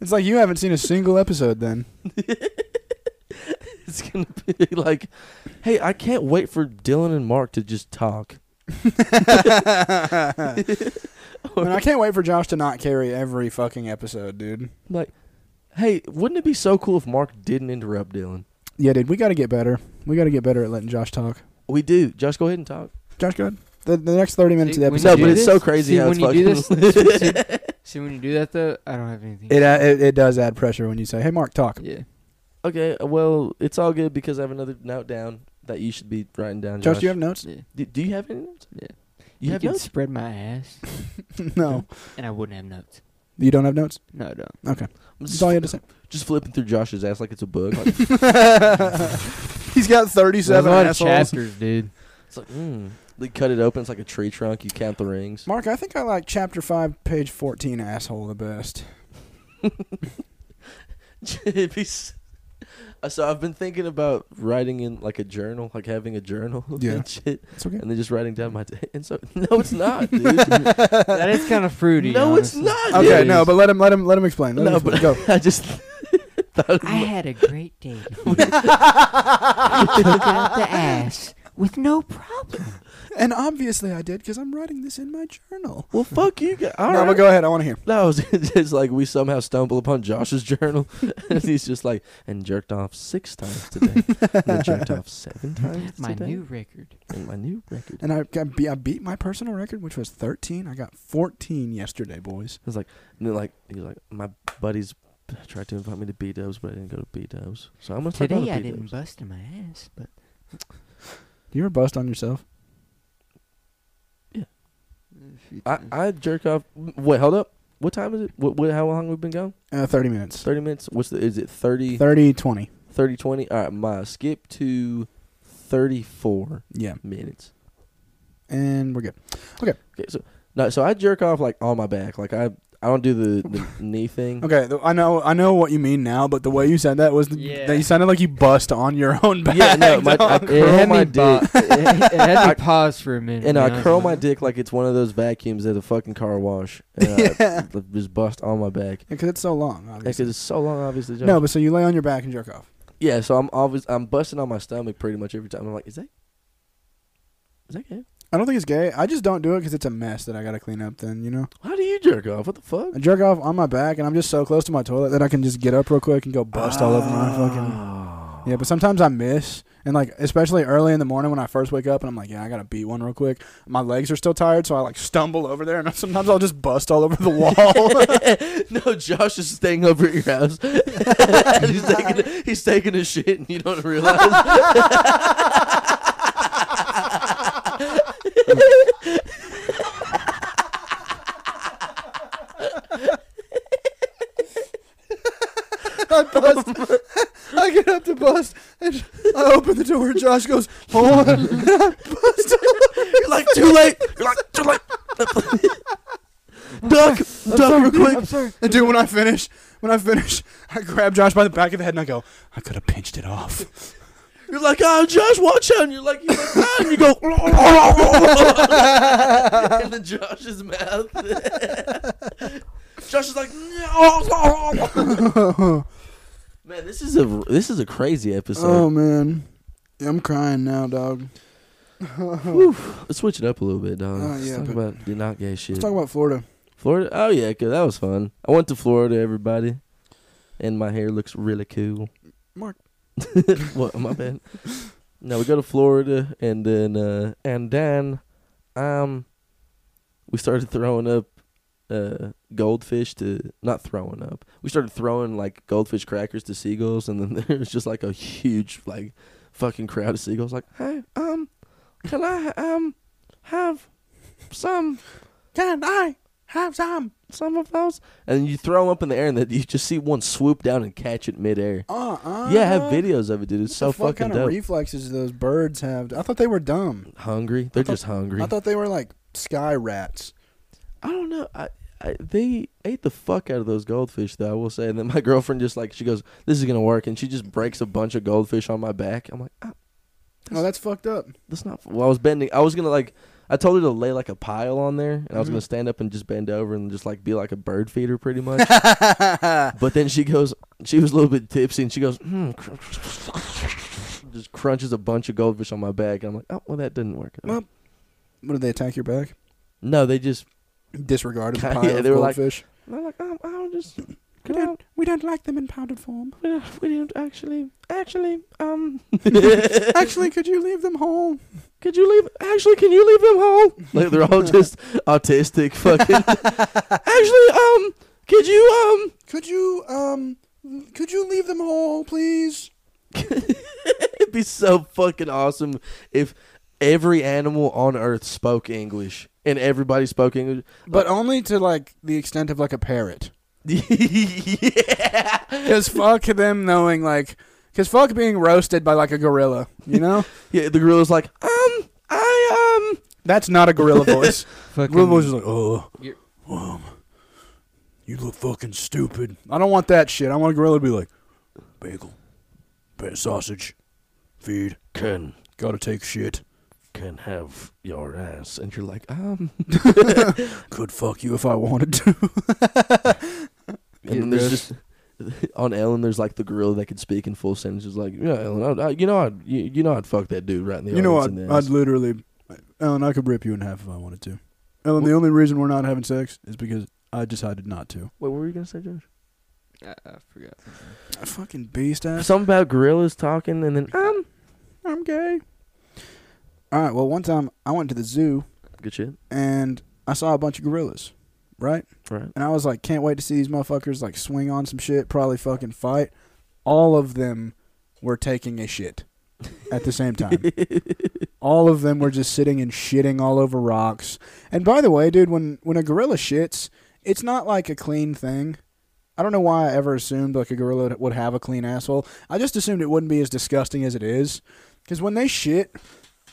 B: It's like you haven't seen a single episode then.
A: It's gonna be like, hey, I can't wait for Dylan and Mark to just talk.
B: And I can't wait for Josh to not carry every fucking episode, dude.
A: Like, hey, wouldn't it be so cool if Mark didn't interrupt Dylan?
B: Yeah, dude, we got to get better. We got to get better at letting Josh talk.
A: We do. Josh, go ahead and talk.
B: Josh, go ahead. The, the next 30 minutes
D: See,
B: of the
D: when
A: No,
B: episode.
D: you
A: but
D: do
A: it's
D: this-
A: so crazy
D: see,
A: how
D: when
A: it's
D: you do
A: fucking-
D: this, see, see, see, when you do that though, I don't have anything.
B: it, uh, it, it does add pressure when you say, hey, Mark, talk.
D: yeah,
A: Okay, well, it's all good because I have another note down that you should be writing down.
B: Josh,
A: Josh,
B: do you have notes?
D: yeah,
A: do, do you have any notes?
D: yeah.
A: You have
D: can
A: notes?
D: spread my ass,
B: no.
D: and I wouldn't have notes.
B: You don't have notes?
D: No, I don't.
B: Okay.
A: I'm
B: That's
A: just,
B: all you had to say.
A: just flipping through Josh's ass like it's a book. Like,
B: He's got
D: There's a
B: 37
D: lot of
B: assholes.
D: chapters, dude.
A: it's like, mm. They cut it open. It's like a tree trunk. You count the rings.
B: Mark, I think I like chapter 5, page 14, asshole, the best.
A: It'd be s- Uh, so I've been thinking about writing in like a journal, like having a journal
B: Yeah.
A: and shit,
B: It's okay.
A: and then just writing down my. T- and so no, it's not, dude.
D: That is kind of fruity.
A: no, it's
D: honestly.
A: not.
B: Okay,
A: dude.
B: no, but let him let him let him explain. Let him
A: no,
B: explain.
A: but
B: Go.
A: I just thought.
E: I had a great day. today. Took out the ass with no problem.
B: and obviously I did because I'm writing this in my journal.
A: Well, fuck you guys. All
B: no,
A: right.
B: but go ahead. I want to hear.
A: No, it's just like we somehow stumble upon Josh's journal, and he's just like, and jerked off six times today, and then jerked off seven times
D: My
A: today,
D: new record.
A: and my new record.
B: And I got be- I beat my personal record, which was 13. I got 14 yesterday, boys.
A: I was like, and then like he was like, my buddies tried to invite me to B Dubs, but I didn't go to B Dubs, so I'm gonna start going
D: Today
A: to
D: I
A: B
D: didn't
A: Dubs.
D: bust in my ass, but
B: You were bust on yourself.
C: A few
A: I,
C: times.
A: I jerk off. Wait, hold up. What time is it? What, what how long have we been going?
B: Uh, 30 minutes.
A: Thirty minutes. What's the? Is it 30,
B: 30, 20.
A: 30 20? All right, my skip to thirty four
B: Yeah,
A: minutes.
B: and we're good.
A: Okay, so no, so I jerk off like on my back. Like I, I don't do the, the knee thing.
B: Okay, th- I know I know what you mean now, but the way you said that was
D: Yeah.
B: that you sounded like you bust on your own back.
A: Yeah, no, my, I
B: dog.
A: curl
D: had
A: my
D: me
A: dick
D: bo- it, it had
A: I-
D: me pause for a minute.
A: and
D: you
A: I
D: know?
A: curl my dick like it's one of those vacuums at a fucking car wash. And
B: yeah,
A: I just bust on my back
B: because it's so long.
A: because
B: Obviously.
A: it's so long, obviously. Josh.
B: No, but so you lay on your back and jerk off.
A: yeah, so I'm always I'm busting on my stomach pretty much every time. I'm like, is that is that gay?
B: I don't think it's gay. I just don't do it because it's a mess that I gotta clean up. Then you know,
A: How do you jerk off? What the fuck?
B: I jerk off on my back, and I'm just so close to my toilet that I can just get up real quick and go bust all over my fucking. Yeah, but sometimes I miss, and like especially early in the morning when I first wake up, and I'm like, yeah, I gotta beat one real quick. My legs are still tired, so I like stumble over there, and sometimes I'll just bust all over the wall.
A: no, Josh is staying over at your house. he's taking he's taking a shit and you don't realize.
B: I bust. I get up to bust, and I open the door. and Josh goes, "Hold on."
A: You're like too late. You're like too late. duck, duck, real quick.
D: I'm sorry.
B: And dude, when I finish, when I finish, I grab Josh by the back of the head and I go, "I could have pinched it off."
A: You're like, oh, Josh, watch out. And you're like, you're like, ah, and you go, in the Josh's mouth. Josh is like, no. man, this is a this is a crazy
B: oh
A: episode.
B: man, Yeah, I'm crying now, dog.
A: Let's switch it up a little bit, dog.
B: Oh,
A: Let's
B: yeah,
A: talk
B: but-
A: about the not gay shit.
B: Let's talk about Florida.
A: Florida. Oh yeah, 'cause that was fun. I went to Florida, everybody, and my hair looks really cool.
B: Mark.
A: what? My bad. No, we go to Florida, and then uh, and then um, we started throwing up uh goldfish to not throwing up. We started throwing like goldfish crackers to seagulls, and then there was just like a huge like fucking crowd of seagulls. Like, hey, um, can I um have some?
B: Can I have some?
A: some of those, and you throw them up in the air, and then you just see one swoop down and catch it midair.
B: Uh uh.
A: yeah, I have videos of it, dude. It's so
B: what the fuck
A: fucking
B: kind
A: dope.
B: of reflexes do those birds have? I thought they were dumb.
A: hungry? They're
B: I thought-
A: just hungry.
B: I
A: I,
B: thought they were like sky rats.
A: don't know. I, I they ate the fuck out of those goldfish, though. I will say. And then my girlfriend just like she goes, "This is gonna work," and she just breaks a bunch of goldfish on my back. I'm like, ah,
B: No, that's fucked up.
A: that's not. Well, I was bending. I was gonna like. I told her to lay like a pile on there, and I was
B: Mhm.
A: gonna stand up and just bend over and just like be like a bird feeder, pretty much. But then she goes, she was a little bit tipsy, and she goes, hmm, cr- just crunches a bunch of goldfish on my back. And I'm like, oh, well, that didn't work. at all."
B: Well- what did they attack your back?
A: no, they just,
B: Disregarded the
A: Yeah,
B: pile of
A: they were like-
B: goldfish.
A: they're like, um, I don't just,
B: we,
A: could I,
B: don't, we don't like them in powdered form.
A: we don't- we don't actually, actually, um,
B: Actually, could you leave them whole?
A: could you leave, actually, can you leave them home? Like, they're all just autistic fucking, actually, um, could you, um,
B: Could you um could you leave them whole, please?
A: um, It'd be so fucking awesome if every animal on Earth spoke English and everybody spoke English.
B: But only to like the extent of like a parrot.
A: yeah.
B: Cuz fuck them knowing like cuz fuck being roasted by like a gorilla, you know?
A: Yeah, the gorilla's like, um, I, um.
B: That's not a gorilla voice.
D: Fucking
B: gorilla voice is like, "Oh,
D: You're-
B: um, you look fucking stupid." I don't want that shit. I want a gorilla to be like, "Bagel, bit of sausage, feed,
A: Can,
B: got to take shit."
A: can have your ass. And you're like, um.
B: Could fuck you if I wanted to.
A: And then there's just. On Ellen, there's like the gorilla that could speak in full sentences, like, yeah, Ellen, I, I, you know, I'd, you, you know, I'd fuck that dude right in the
B: you know,
A: audience
B: I'd,
A: in the
B: I'd
A: ass."
B: literally, Ellen, I could rip you in half if I wanted to. Ellen, the only reason we're not having sex is because I decided not to.
A: Wait, what were you gonna say, Josh?
D: I, I forgot.
B: A fucking beast ass.
A: Something about gorillas talking, and then um,
B: I'm gay. All right. Well, one time I went to the zoo
A: good shit,
B: and I saw a bunch of gorillas, right?
A: right?
B: And I was like, can't wait to see these motherfuckers like swing on some shit, probably fucking fight. All of them were taking a shit at the same time. all of them were just sitting and shitting all over rocks. And by the way, dude, when when a gorilla shits, it's not like a clean thing. I don't know why I ever assumed like a gorilla would have a clean asshole. I just assumed it wouldn't be as disgusting as it is. Cuz when they shit,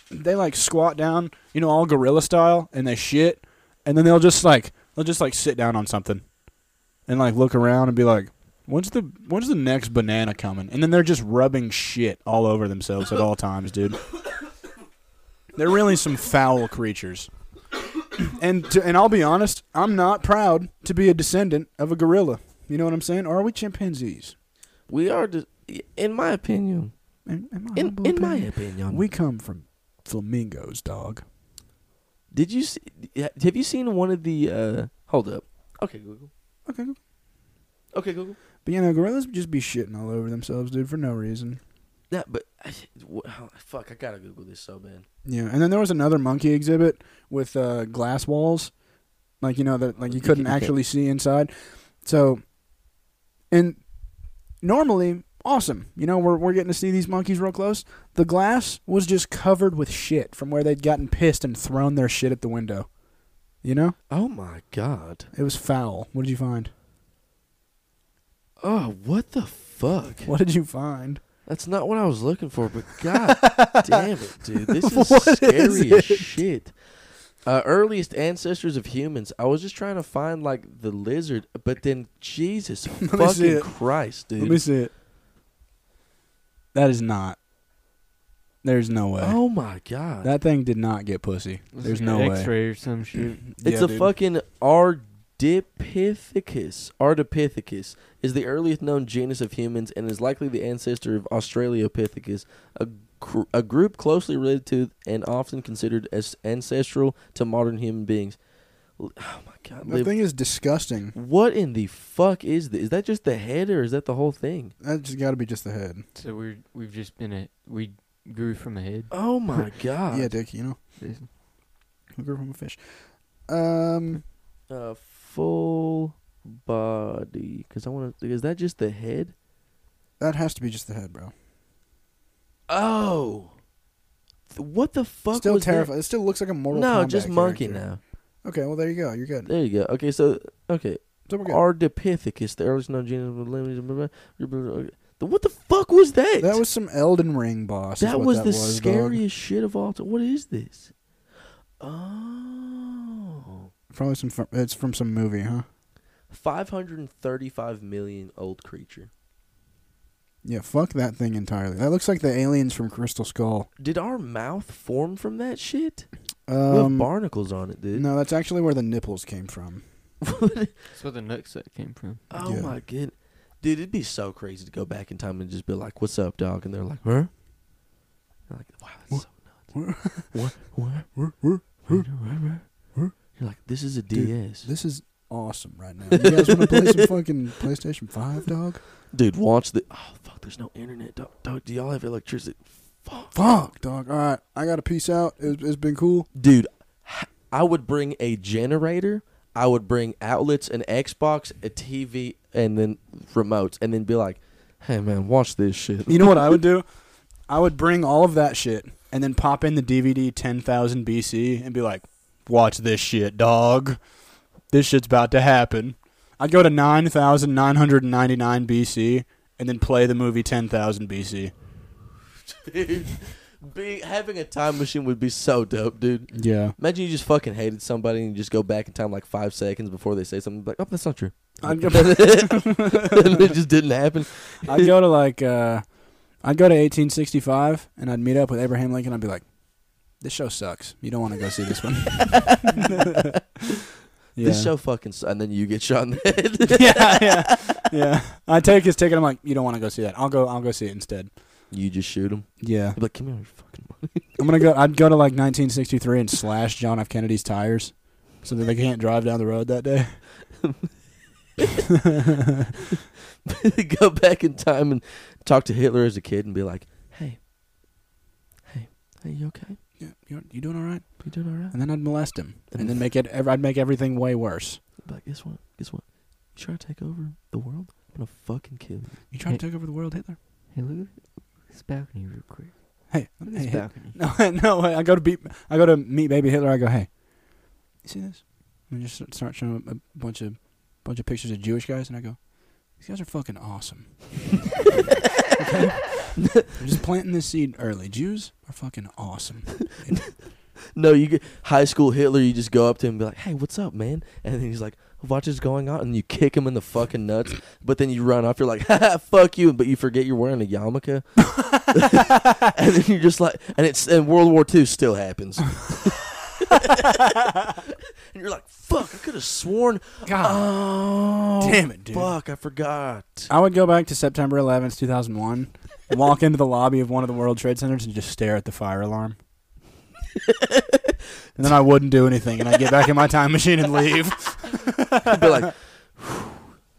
B: they like squat down, you know, all gorilla style and they shit and then they'll just like they'll just like sit down on something and like look around and be like When's the when's the next banana coming? And then they're just rubbing shit all over themselves at all times, dude. They're really some foul creatures. And to, and I'll be honest, I'm not proud to be a descendant of a gorilla. You know what I'm saying? Or are we chimpanzees?
A: We are, just, in my opinion,
B: In, in my,
A: in
B: humble
A: in my
B: opinion,
A: opinion,
B: we come from flamingos, dog.
A: did you see, have you seen one of the? uh Hold up. Okay, Google.
B: Okay.
A: Okay, Google.
B: But you know, gorillas would just be shitting all over themselves, dude, for no reason.
A: Yeah, but I, wha- fuck, I gotta Google this so bad.
B: Yeah. And then there was another monkey exhibit with uh, glass walls, like you know that like you couldn't actually see inside. So, and normally awesome. You know, we're we're getting to see these monkeys real close. The glass was just covered with shit from where they'd gotten pissed and thrown their shit at the window. You know,
A: Oh my god.
B: it was foul. What did you find?
A: Oh, what the fuck?
B: What did you find?
A: That's not what I was looking for, but god damn it, dude. This is
B: What is
A: scary as
B: it?
A: shit. Uh, earliest ancestors of humans. I was just trying to find like the lizard, but then Jesus
B: me see
A: fucking
B: it.
A: Christ,
B: Let me
A: dude.
B: see it. That is not. There's no way.
A: Oh my god.
B: That thing did not get pussy.
D: Looks
B: There's
D: like
B: no
D: an
B: way.
D: X-ray or some shit.
A: It's
B: Yeah,
A: a
B: dude.
A: fucking Ardipithecus. Ardipithecus is the earliest known genus of humans and is likely the ancestor of Australopithecus, a, gr- a group closely related to and often considered as ancestral to modern human beings. L- Oh my god!
B: That
A: Liv,
B: thing is disgusting.
A: what in the fuck is this? Is that just the head or is that the whole thing?
B: That's got to be just the head.
D: So we're we've just been a we grew from a head.
A: Oh my god!
B: yeah, Dick. You know, we grew from a fish. Um,
A: Uh, full body. Because I want to. Is that just the head?
B: that has to be just the head, bro.
A: Oh. Th- What the fuck
B: still
A: was that?
B: terrified. It still looks like a Mortal
A: no,
B: Kombat.
A: just monkey
B: character.
A: now.
B: Okay, well there you go. You're good.
A: There you go. Okay, so okay,
B: So we're good.
A: Ardipithecus, the earliest known genus of lemmings. blah, blah, blah, blah, blah, okay. The- What the fuck was that?
B: that was some Elden Ring boss. is
A: That
B: what
A: was
B: that
A: the
B: was, dog.
A: scariest shit of all time. What is this? Oh.
B: Probably some. Fr- it's from some movie, huh?
A: 535 million old creature.
B: Yeah. Fuck that thing entirely. That looks like the aliens from Crystal Skull.
A: Did our mouth form from that shit? we have
B: Um,
A: barnacles on it, dude.
B: no, that's actually where the nipples came from.
D: That's where the nutsack came from.
A: Oh
B: Yeah.
A: my god. Dude, it'd be so crazy to go back in time and just be like, "What's up, dog?" And they're like, "Huh?" You're like, "Wow, that's so nuts." What? What? You're like, "This is a
B: Dude,
A: DS,
B: This is awesome right now. You guys want to play some fucking PlayStation Five, dog?
A: dude." Watch the. Oh fuck, there's no internet, dog. dog do y'all have electricity? Fuck,
B: Fuck, dog. All right, I gotta peace out. It's, it's been cool.
A: dude. I would bring a generator. I would bring outlets, an Xbox, a TV, and then remotes, and then be like, "Hey man, watch this shit."
B: You know what I would do? I would bring all of that shit and then pop in the DVD 10,000 BC and be like, watch this shit, dog. This shit's about to happen. I'd go to 9,999 BC and then play the movie 10,000 BC.
A: dude. Be, having a time machine would be so dope, dude.
B: Yeah.
A: Imagine you just fucking hated somebody and you just go back in time like five seconds before they say something like, "Oh, that's not true."
B: I'd go,
A: And it just didn't happen.
B: I'd go to like, uh, I'd go to 1865 and I'd meet up with Abraham Lincoln. I'd be like, this show sucks. You don't want to go see this one.
A: This
B: Yeah.
A: show fucking, s- and then you get shot in the head.
B: yeah, yeah, yeah. I take his ticket. I'm like, you don't want to go see that. I'll go. I'll go see it instead.
A: You just shoot him.
B: Yeah.
A: You're like, "Give me all your fucking money."
B: I'm gonna go. I'd go to like 1963 and slash John F. Kennedy's tires, so that they can't drive down the road that day.
A: Go back in time and talk to Hitler as a kid and be like, "Hey, hey, hey, you okay?
B: Yeah, you, you doing all right?
A: You doing all right?"
B: And then I'd molest him, and then make it. ev- I'd make everything way worse.
A: But guess what? Guess what? You try to take over the world, I'm gonna fucking kill you.
B: You trying to take over the world, Hitler?
D: Hey, look at this balcony real quick.
B: Hey,
D: Look at
B: hey,
D: this
B: hey
D: balcony.
B: no, no. I go to beat. I go to meet baby Hitler. I go, hey, you see this? And I just start- start showing a bunch of bunch of pictures of Jewish guys, and I go, these guys are fucking awesome. okay? I'm just planting this seed early. Jews are fucking awesome.
A: No, you get high school Hitler. You just go up to him and be like, "Hey, what's up, man?" And then he's like, "What is going on?" And you kick him in the fucking nuts. But then you run off. You're like, "Ha, ha, fuck you!" But you forget you're wearing a yarmulke. and then you're just like, and it's and World War II still happens. and you're like, "Fuck! I could have sworn."
B: God
A: Oh,
B: Ah. damn it, dude.
A: Fuck! I forgot.
B: I would go back to September 11th, 2001, walk into the lobby of one of the World Trade Centers and just stare at the fire alarm. and then I wouldn't do anything, and I'd get back in my time machine and leave.
A: I'd be like,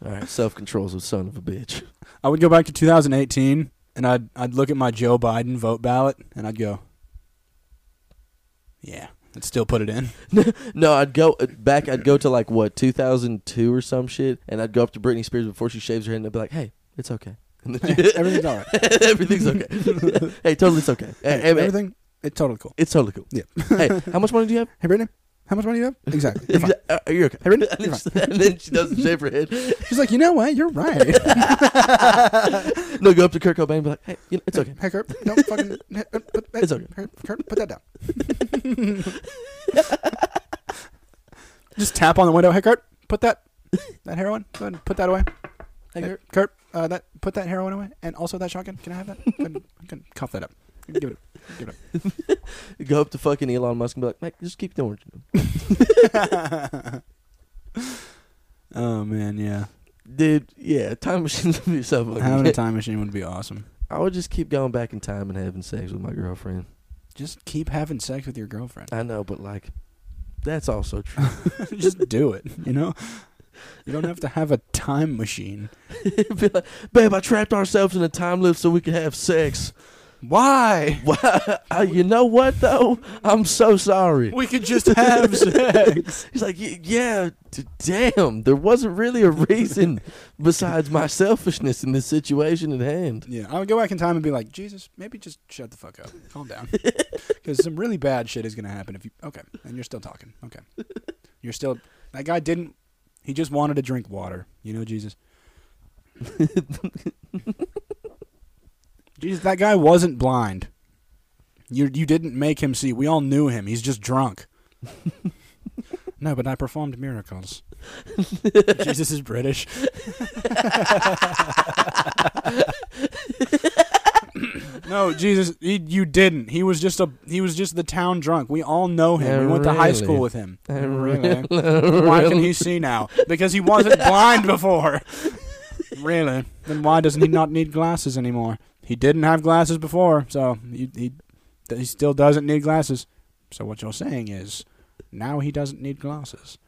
A: "All right, self control's a son of a bitch."
B: I would go back to 2018, and I'd I'd look at my Joe Biden vote ballot, and I'd go, yeah, I'd still put it in.
A: No, I'd go uh, back. I'd go to like what 2002 or some shit, and I'd go up to Britney Spears before she shaves her head, and I'd be like, "Hey, it's okay. And then she-
B: Everything's all right.
A: everything's okay. hey, totally, it's okay. Hey, hey, hey,
B: Everything, it's totally cool.
A: it's totally cool.
B: Yeah.
A: hey, how much money do you have?
B: Hey, Brittany, how much money do you have? Exactly. You're fine.
A: Uh, You're okay.
B: Hey, Brittany,
A: And
B: you're
A: then she- and then she doesn't shave her head.
B: She's like, you know what? You're right.
A: No, go up to Kurt Cobain and be like, "Hey, you know, it's okay.
B: Hey, Kurt, don't fucking. hey, uh, put- hey,
A: It's okay.
B: Kurt, Kurt, put that down. Just tap on the window. Hey, Kurt, put that that heroin. Go ahead and put that away. Hey, Kurt, Kurt uh, that put that heroin away, and also that shotgun. Can I have that? Go ahead and- I can cuff that up. Give it. Give it
A: Go up to fucking Elon Musk and be like, "Mate, just keep doing what you're doing."
B: up. oh man, yeah.
A: Dude, yeah, time machines would be so fucking
B: Having a
A: good.
B: time machine would be awesome.
A: I would just keep going back in time and having sex with my girlfriend.
B: Just keep having sex with your girlfriend.
A: I know, but like, that's also true.
B: Just do it. You know. You don't have to have a time machine.
A: Be like, babe, I trapped ourselves in a time loop so we could have sex.
B: Why?
A: Uh, you know what though? I'm so sorry.
B: We could just have sex.
A: He's like, "Y- yeah, d- damn. There wasn't really a reason besides my selfishness in this situation at hand.
B: Yeah, I would go back in time and be like, Jesus, maybe just shut the fuck up. Calm down. Because some really bad shit is going to happen if you. Okay. And you're still talking. Okay. You're still. That guy didn't. He just wanted to drink water. You know, Jesus. Jesus, that guy wasn't blind. You, you didn't make him see. We all knew him. He's just drunk. no, but I performed miracles. Jesus is British. No, Jesus, he, you didn't. He was just a he was just the town drunk. We all know him. we
A: Yeah,
B: went to high
A: really.
B: school with him.
A: Yeah,
B: Really? Mm, Why can he see now? Because he wasn't blind before. Really? Then why doesn't he not need glasses anymore? He didn't have glasses before, so he he, he still doesn't need glasses. So what you're saying is, now he doesn't need glasses.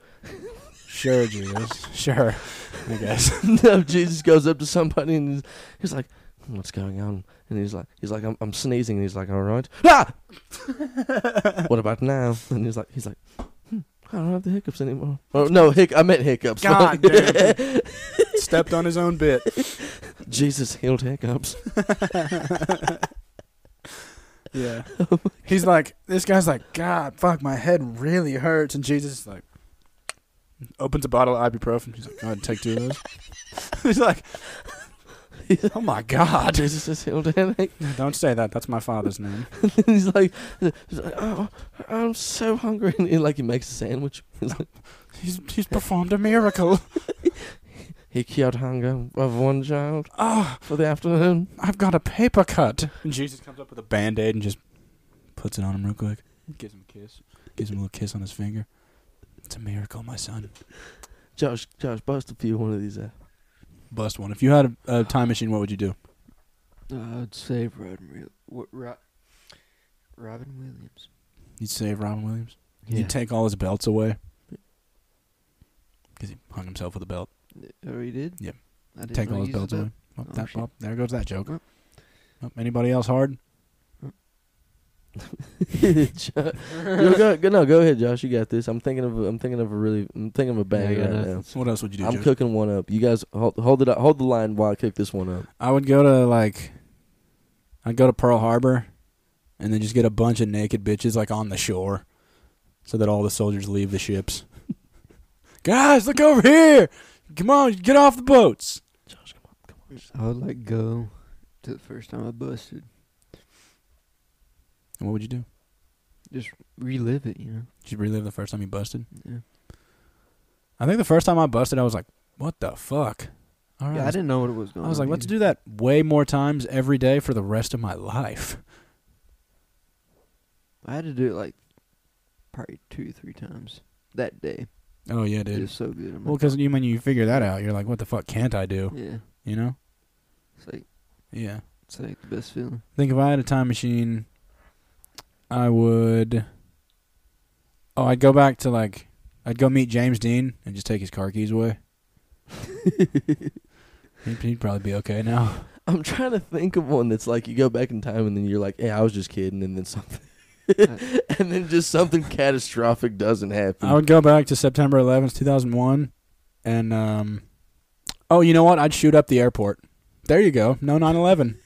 B: Sure, Jesus. Sure, I guess.
A: no, Jesus goes up to somebody and he's, he's like, "What's going on?" And he's like, "He's like, I'm, I'm sneezing." And he's like, "All right, ah! what about now?" And he's like, "He's like, hmm, I don't have the hiccups anymore." Oh no, hic- I meant hiccups.
B: God damn. Stepped on his own bit.
A: Jesus healed hiccups.
B: Yeah. He's like, this guy's like, God, fuck, my head really hurts. And Jesus is like, opens a bottle of ibuprofen. He's like, go ahead and take two of those. He's like, oh my God.
A: Jesus has healed headache.
B: Don't say that. That's my father's name.
A: And he's like, he's like, "Oh, I'm so hungry." And he, like he makes a sandwich. He's like,
B: He's, he's performed a miracle.
A: he cured hunger of one child
B: Oh,
A: for the afternoon.
B: I've got a paper cut. And Jesus comes up with a band aid and just puts it on him real quick. Gives him a kiss. Gives him a little kiss on his finger. It's a miracle, my son.
A: Josh, Josh, bust a few one of these. Uh,
B: Bust one. If you had a, a time machine, what would you do?
D: I'd save Rod and Reel. What, Rod, Robin Williams.
B: You'd save Robin Williams.
D: Yeah.
B: You'd take all his belts away because he hung himself with a belt.
D: oh, you did?
B: Yeah.
D: I didn't
B: Take
D: know
B: all his
D: he used
B: belts
D: a
B: away. Up
D: Oh,
B: that
D: shit.
B: pop. There goes that joke.
D: Oh.
B: Up. Anybody else hard?
A: Jo- no, go, go- no, go ahead, Josh. You got this. I'm thinking of I'm thinking of a really I'm thinking of a bang
C: Yeah, I got
A: right
C: nothing.
A: now.
B: What else would you do?
A: I'm
B: Joseph?
A: cooking one up. You guys hold, hold it up. Hold the line while I cook this one up.
B: I would go to like, I'd go to Pearl Harbor, and then just get a bunch of naked bitches like on the shore, so that all the soldiers leave the ships. Guys, look over here! Come on, get off the boats.
A: Josh, come on, come on.
D: I would like go to the first time I busted.
B: And what would you do?
D: Relive it, you know.
B: Did you relive the first time you busted?
D: Yeah.
B: I think the first time I busted, I was like, "What the fuck?" All right,
D: Yeah, I didn't know what it was going
B: I was
D: on
B: like, "Let's
D: either.
B: do that way more times every day for the rest of my life."
D: I had to do it like probably two, three times that day.
B: Oh yeah,
D: It
B: dude.
D: was so good. I'm
B: Well,
D: like,
B: because you when you figure that out, you're like, "What the fuck can't I do?"
D: yeah,
B: You know?
D: it's like
B: Yeah.
D: it's like the best feeling.
B: think if I had a time machine, I would. Oh, I'd go back to like, I'd go meet James Dean and just take his car keys away. he'd, he'd probably be okay now.
A: I'm trying to think of one that's like you go back in time and then you're like, yeah, I was just kidding, and then something, and then just something catastrophic doesn't happen.
B: I would go back to September 11th, 2001, and um, oh, you know what? I'd shoot up the airport. There you go. No 9/11.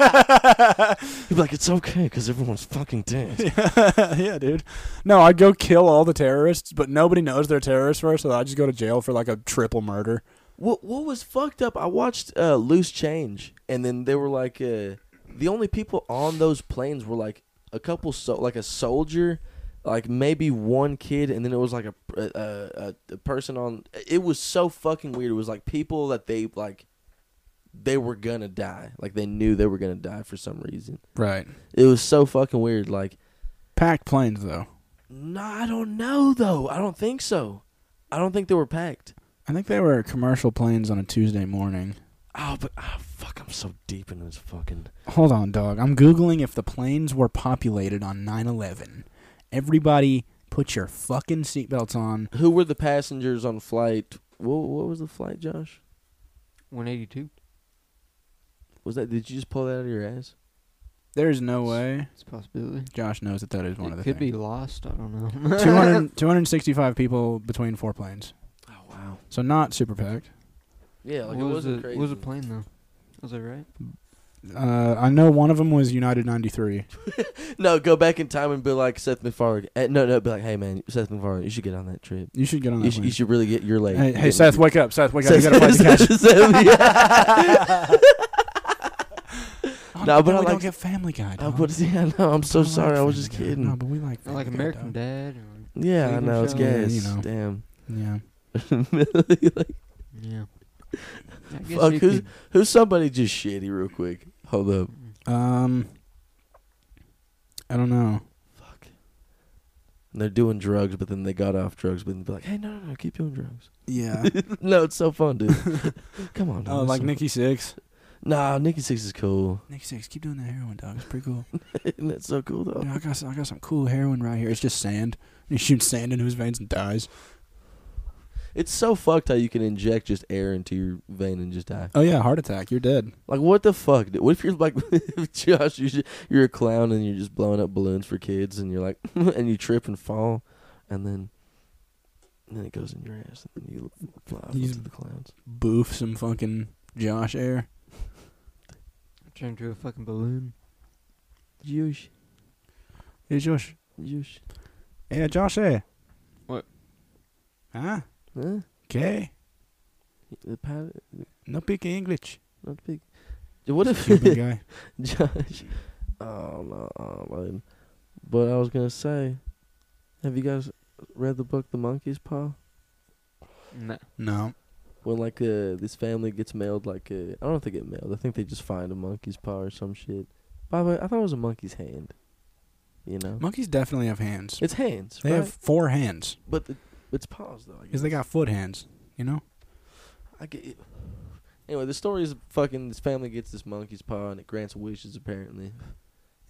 A: You'd be like, it's okay because everyone's fucking dead.
B: yeah, dude. No, I'd go kill all the terrorists, but nobody knows they're terrorists first, so I'd just go to jail for like a triple murder.
A: What what was fucked up? I watched uh, Loose Change, and then they were like, uh, the only people on those planes were like a couple, so like a soldier, like maybe one kid, and then it was like a a, a, a person on. It was so fucking weird. It was like people that they like, they were gonna die. Like they knew they were gonna die for some reason.
B: Right.
A: It was so fucking weird. Like,
B: Packed planes though.
A: no, I don't know though. I don't think so. I don't think they were packed.
B: I think they were commercial planes on a Tuesday morning.
A: Oh, but oh, fuck, I'm so deep in this fucking.
B: Hold on, dog. I'm googling if the planes were populated on 9/11. Everybody put your fucking seatbelts on.
A: Who were the passengers on flight? What, what was the flight, Josh?
D: 182.
A: Was that? Did you just pull that out of your ass?
B: There's no way.
D: It's a possibility.
B: Josh knows that that is one
D: it
B: of the
D: could be
B: things.
D: lost. I don't know.
B: 200, 265 people between four planes.
A: Oh wow.
B: So not super packed.
A: Yeah, like
D: what
A: it
D: was
A: wasn't
D: the-
A: crazy.
D: What was the plane though? Was I right?
B: Uh, I know one of them was United 93.
A: No, go back in time and be like Seth MacFarlane. Eh, No, no, be like, hey man, Seth MacFarlane, you should get on that trip.
B: You should get on that
A: You should,
B: plane.
A: you should really get. You're late.
B: hey,
A: You're
B: hey,
A: getting-
B: Seth, wake up. Seth, wake up. You got to flight to catch.
A: Oh, No, but no, I we don't like-
B: get Family Guy.
A: Oh, but yeah, no, I'm so sorry. I was just kidding.
B: No, but we like
D: Or like American Dad. Or like,
A: Yeah, I
D: Vegan
A: know it's
D: show.
B: Yeah,
A: gas.
B: you know.
A: Damn.
B: Yeah,
A: Like,
D: yeah. I guess
A: Fuck, who's-
D: you could-
A: who's somebody just shitty real quick? Hold up.
B: um, I don't know.
A: Fuck. And they're doing drugs, but then they got off drugs, but then be like, hey, no, no, no, keep doing drugs.
B: Yeah,
A: no, it's so fun, dude. Come on.
B: oh,
A: dude,
B: like
A: it's so-
B: Nikki Six.
A: Nah, Nikki Six is cool.
B: Nikki Six, keep doing that heroin, dog. It's pretty cool.
A: Isn't that so cool though?
B: Dude, I got some, I got some cool heroin right here. It's just sand. You shoot sand into his veins and dies.
A: It's so fucked how you can inject just air into your vein and just die.
B: Oh yeah, heart attack. You're dead.
A: Like, what the fuck? dude? What if you're like, if Josh, you should- you're a clown and you're just blowing up balloons for kids, and you're like, and you trip and fall, and then, and then it goes in your ass, and then you fly off
B: He's-
A: into the clouds.
B: Boof some fucking Josh air.
D: Turn into a fucking balloon.
A: Josh,
B: Hey Josh.
A: Josh,
B: Hey Josh air.
D: What?
B: Huh?
A: huh?
B: Okay.
A: The pilot,
B: No picky English.
A: not big. What if
B: Cuban guy.
A: Josh? Oh no, oh, man. But I was gonna say, have you guys read the book The Monkey's Paw?
D: No.
B: No.
A: when like uh, this family gets mailed like uh, I don't know if they get mailed. I think they just find a monkey's paw or some shit. By the way, I thought it was a monkey's hand. You know,
B: Monkeys definitely have hands.
A: it's hands,
B: They
A: right?
B: have four hands
A: but the, it's paws though. I
B: because they
A: guess.
B: got foot hands. You know.
A: I get it. Anyway, the story is fucking this family gets this monkey's paw and it grants wishes apparently.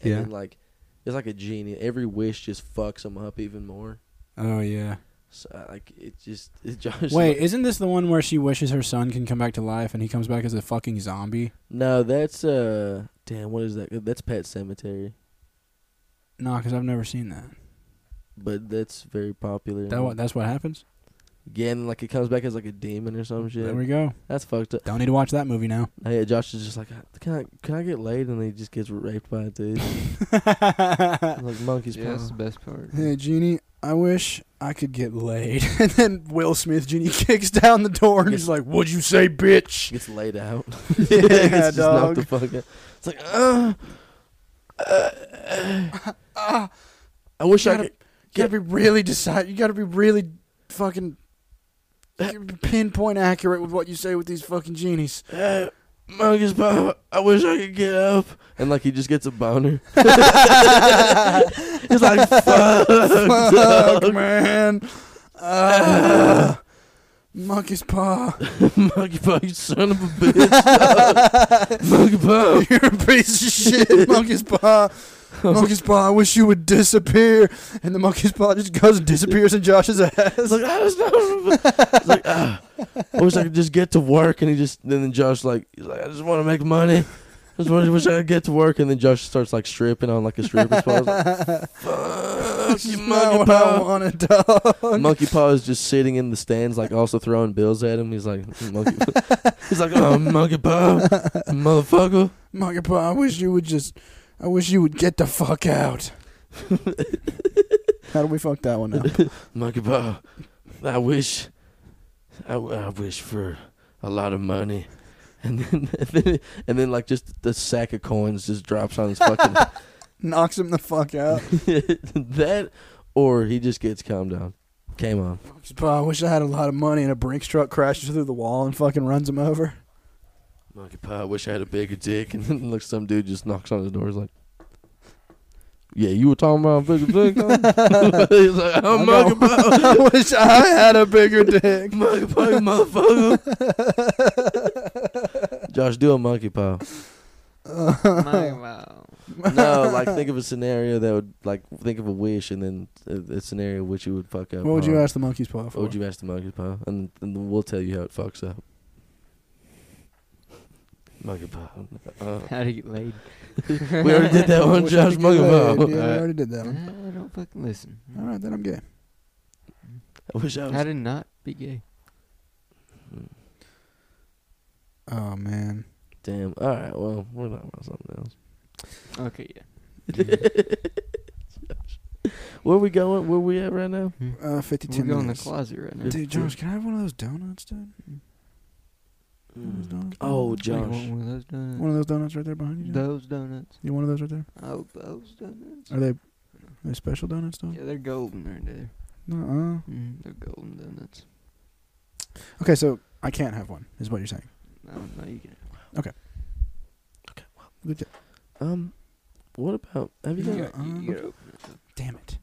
A: and
B: Yeah.
A: then, like it's like a genie. Every wish just fucks them up even more.
B: Oh yeah.
A: So like it just it just
B: Wait, isn't this the one where she wishes her son can come back to life and he comes back as a fucking zombie?
A: no, that's uh damn what is that? That's Pet Cemetery,
B: No, because I've never seen that.
A: but that's very popular.
B: That what? That's what happens.
A: Again, like it comes back as like a demon or some shit.
B: There we go.
A: That's fucked up.
B: Don't need to watch that movie now.
A: Now, yeah, Josh is just like, "Uh, can I can I get laid? And he just gets raped by a dude. I'm like monkey's
D: Yeah, that's
A: paw.
D: the best part.
B: hey, Genie, I wish I could get laid. and then Will Smith Genie kicks down the door and he's like, "What'd you say, bitch?"
A: Gets laid out.
B: Yeah,
A: Gets just knocked
B: dog.
A: the fuck out. It's like, uh, uh,
B: Ah,
A: I wish I
B: Gotta-
A: could.
B: you gotta be really decide. You gotta be really fucking pinpoint accurate with what you say with these fucking genies.
A: Uh, monkey's paw. I wish I could get up. And like he just gets a boner. He's like, fuck.
B: Fuck, man. Ah, monkey's paw.
A: Monkey paw, you son of a bitch. monkey paw.
B: You're a piece of shit, monkey's paw. Monkey's paw, I wish you would disappear. And the monkey's paw just goes and disappears in Josh's
A: It's
B: ass.
A: like I was it's like ah, I wish I could just get to work, and he just and then Josh like he's like I just want to make money. I just want, wish I could get to work, and then Josh starts like stripping on like a stripper pole. Like, Fuck
B: That's
A: you,
B: not
A: monkey
B: what I
A: paw.
B: wanted, dog.
A: Monkey paw is just sitting in the stands, like also throwing bills at him. He's like monkey. he's like oh monkey paw, motherfucker.
B: Monkey paw, I wish you would just. I wish you would get the fuck out. How do we fuck that one up?
A: Monkey paw. I wish. I, I wish for a lot of money. And then, and then, and then, like, just the sack of coins just drops on his fucking
B: Knocks him the fuck out.
A: that or he just gets calmed down. Came on.
B: Monkey's paw, I wish I had a lot of money and a Brinks truck crashes through the wall and fucking runs him over.
A: Monkey Pie, I wish I had a bigger dick. And then like some dude just knocks on his door. He's like, Yeah, you were talking about a bigger dick? huh?" he's like, I'm
B: I
A: Monkey Pie.
B: I wish I had a bigger dick.
A: Monkey Pie, you motherfucker. Josh, do a Monkey Pie.
D: My, wow.
A: No, like think of a scenario that would, like, think of a wish and then a, a scenario which you would fuck up.
B: What would you
A: hard.
B: ask the monkey's paw for?
A: What would you ask the monkey paw? And, and then we'll tell you how it fucks up. Monkey paw. Uh,
D: How do you get laid?
A: we already did that one,
B: Wish I
A: Josh.
B: could
A: Monkey
B: get laid.
A: paw.
B: Yeah, I
D: Alright.
B: already did that
D: I
B: one.
D: don't fucking listen.
B: All right, then I'm gay.
A: I wish I
D: How
A: was.
D: to not be gay.
B: Oh man,
A: Damn. All right. Well, we're talking about something else.
D: Okay, yeah.
A: Where we going? Where we at right now?
D: Hmm.
B: uh, 52
D: We're going in the
B: minutes.
D: closet right now.
B: Dude, Josh, can I have one of those donuts, dude? One of those donuts?
A: Oh,
D: You want
A: Josh.
D: one of those donuts.
B: One of those donuts right there behind you. Josh?
D: Those donuts.
B: You want one of those right there?
D: Oh, those donuts.
B: Are they, are they special donuts, though?
D: Yeah, they're golden right there.
B: No.
D: Mm, they're golden donuts.
B: uh Okay, so I can't have one, is what you're saying.
D: No, no, you can.
B: Good job.
A: Um, what about? Have you
D: You,
A: guys?
B: Yeah.
D: got- you,
B: uh, okay.
D: you gotta open it up.
B: Damn it.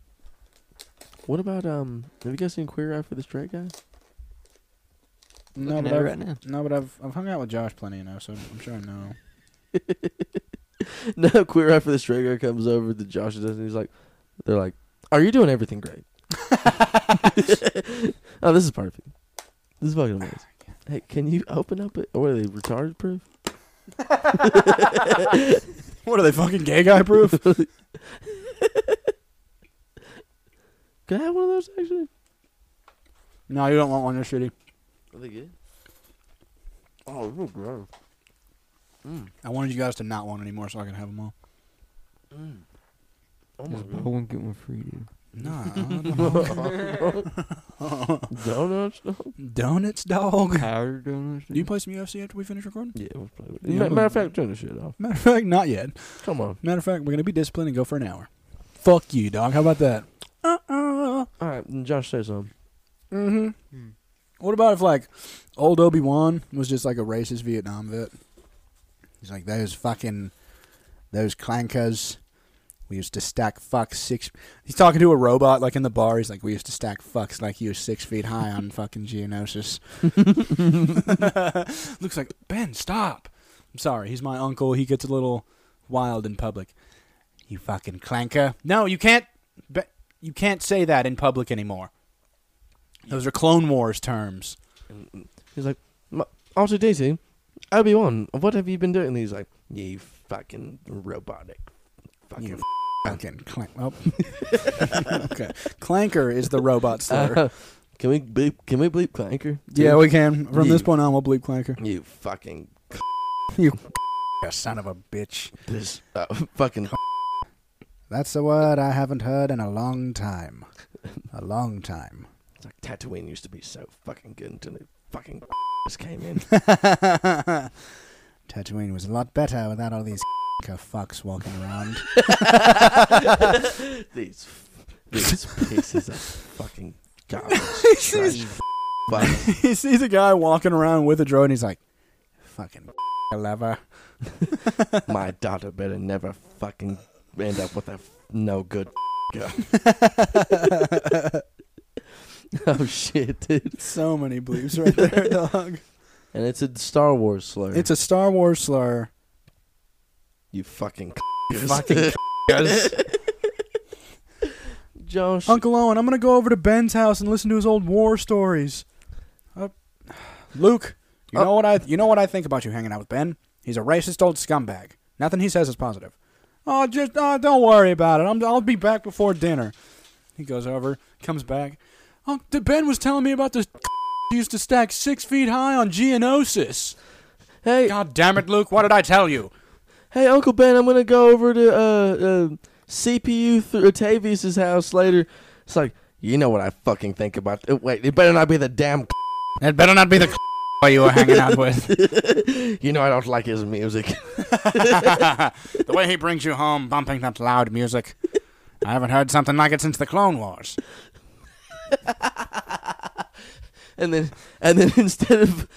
A: What about? Um, have you guys seen Queer Eye for the Straight Guy?
B: No,
D: Looking
B: but
D: at it
B: I've,
D: right now.
B: no, but I've I've hung out with Josh plenty enough, so I'm sure I know.
A: no, Queer Eye for the Straight Guy comes over to Josh and does, and he's like, they're like, "Are you doing everything great?" oh, this is perfect. This is fucking amazing. Hey, can you open up it? Or are they retarded proof?
B: What are they fucking gay guy proof?
A: Can I have one of those actually?
B: no, you don't want one. They're shitty.
A: Are they good? Oh, this is gross. Mm.
B: I wanted you guys to not want anymore, so I can have them all.
A: Mm. Oh
D: Just buy one, get one free, dude.
B: Nah,
A: Donuts?
B: donuts, dog.
D: Powdered donuts.
B: Do you
D: Dude.
B: play some UFC after we finish recording?
A: Yeah, we'll play with it.
B: Yeah.
A: Ma- Matter of fact, turn this shit off.
B: Matter of fact, not yet.
A: Come on.
B: Matter of fact, we're gonna be disciplined and go for an hour. Fuck you, dog. How about that? Uh uh.
A: All right, and Josh says something.
B: Mm-hmm.
D: Hmm.
B: What about if like old Obi Wan was just like a racist Vietnam vet? He's like those fucking those clankers. We used to stack fucks six. He's talking to a robot like in the bar. He's like, we used to stack fucks like you were six feet high on fucking Geonosis. Looks like Ben. Stop. I'm sorry. He's my uncle. He gets a little wild in public. you fucking clanker. No, you can't. Be- you can't say that in public anymore. Those are Clone Wars terms.
A: He's like, R2 D2, Obi Wan, what have you been doing? And he's like, you fucking robotic. Fucking.
B: You fucking clank. Oh. okay, clanker is the robot slur.
A: Uh, can we bleep? Can we bleep clanker?
B: yeah, we can. From this
A: Yeah.
B: point on, we'll bleep clanker.
A: You fucking
B: You son of a bitch.
A: this uh, fucking.
B: That's a word I haven't heard in a long time. A long time.
A: It's like Tatooine used to be so fucking good until it fucking just came in.
B: Tatooine was a lot better without all these fucks walking around.
A: these these pieces of fucking garbage.
B: He's-
A: trash fuck.
B: he sees a guy walking around with a drone. And he's like, "Fucking lover."
A: My daughter better never fucking end up with a f- no good girl. oh shit, dude!
B: so many bleeps right there, dog.
A: And it's a Star Wars slur.
B: It's a Star Wars slur.
A: you fucking.
B: Fucking
A: Josh.
B: Uncle Owen, I'm gonna go over to Ben's house and listen to his old war stories. Uh, Luke, you know what I you know what I think about you hanging out with Ben? He's a racist old scumbag. Nothing he says is positive. Oh, just oh, don't worry about it. I'm, I'll be back before dinner. He goes over, comes back. Oh, d- Ben was telling me about this used to stack six feet high on Geonosis.
A: Hey,
B: God damn it, Luke! What did I tell you?
A: hey, Uncle Ben, I'm gonna go over to uh, uh CPU th- Octavius's uh, house later. It's like you know what I fucking think about. uh, wait, it better not be the damn.
B: It better not be the you were hanging out with.
A: you know I don't like his music.
B: the way he brings you home, bumping that loud music. I haven't heard something like it since the Clone Wars.
A: and then and then instead of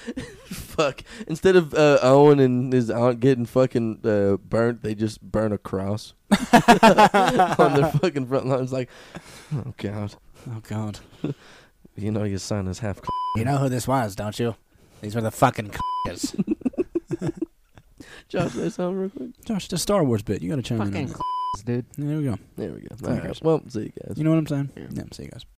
A: fuck, instead of uh, Owen and his aunt getting fucking uh, burnt, they just burn a cross on their fucking front lawn. It's like, oh god,
B: Oh, God.
A: you know your son is half.
B: You know who this was, don't you? These were the fucking c******s.
A: Josh, say something real quick.
B: Josh, the Star Wars bit. You gotta chime in. on
D: Fucking
B: that.
D: dude.
B: There we go.
A: There we go.
B: Oh my
A: All right.
B: gosh.
A: Well, see you guys.
B: You know what I'm saying?
D: Yeah.
B: yeah see you guys.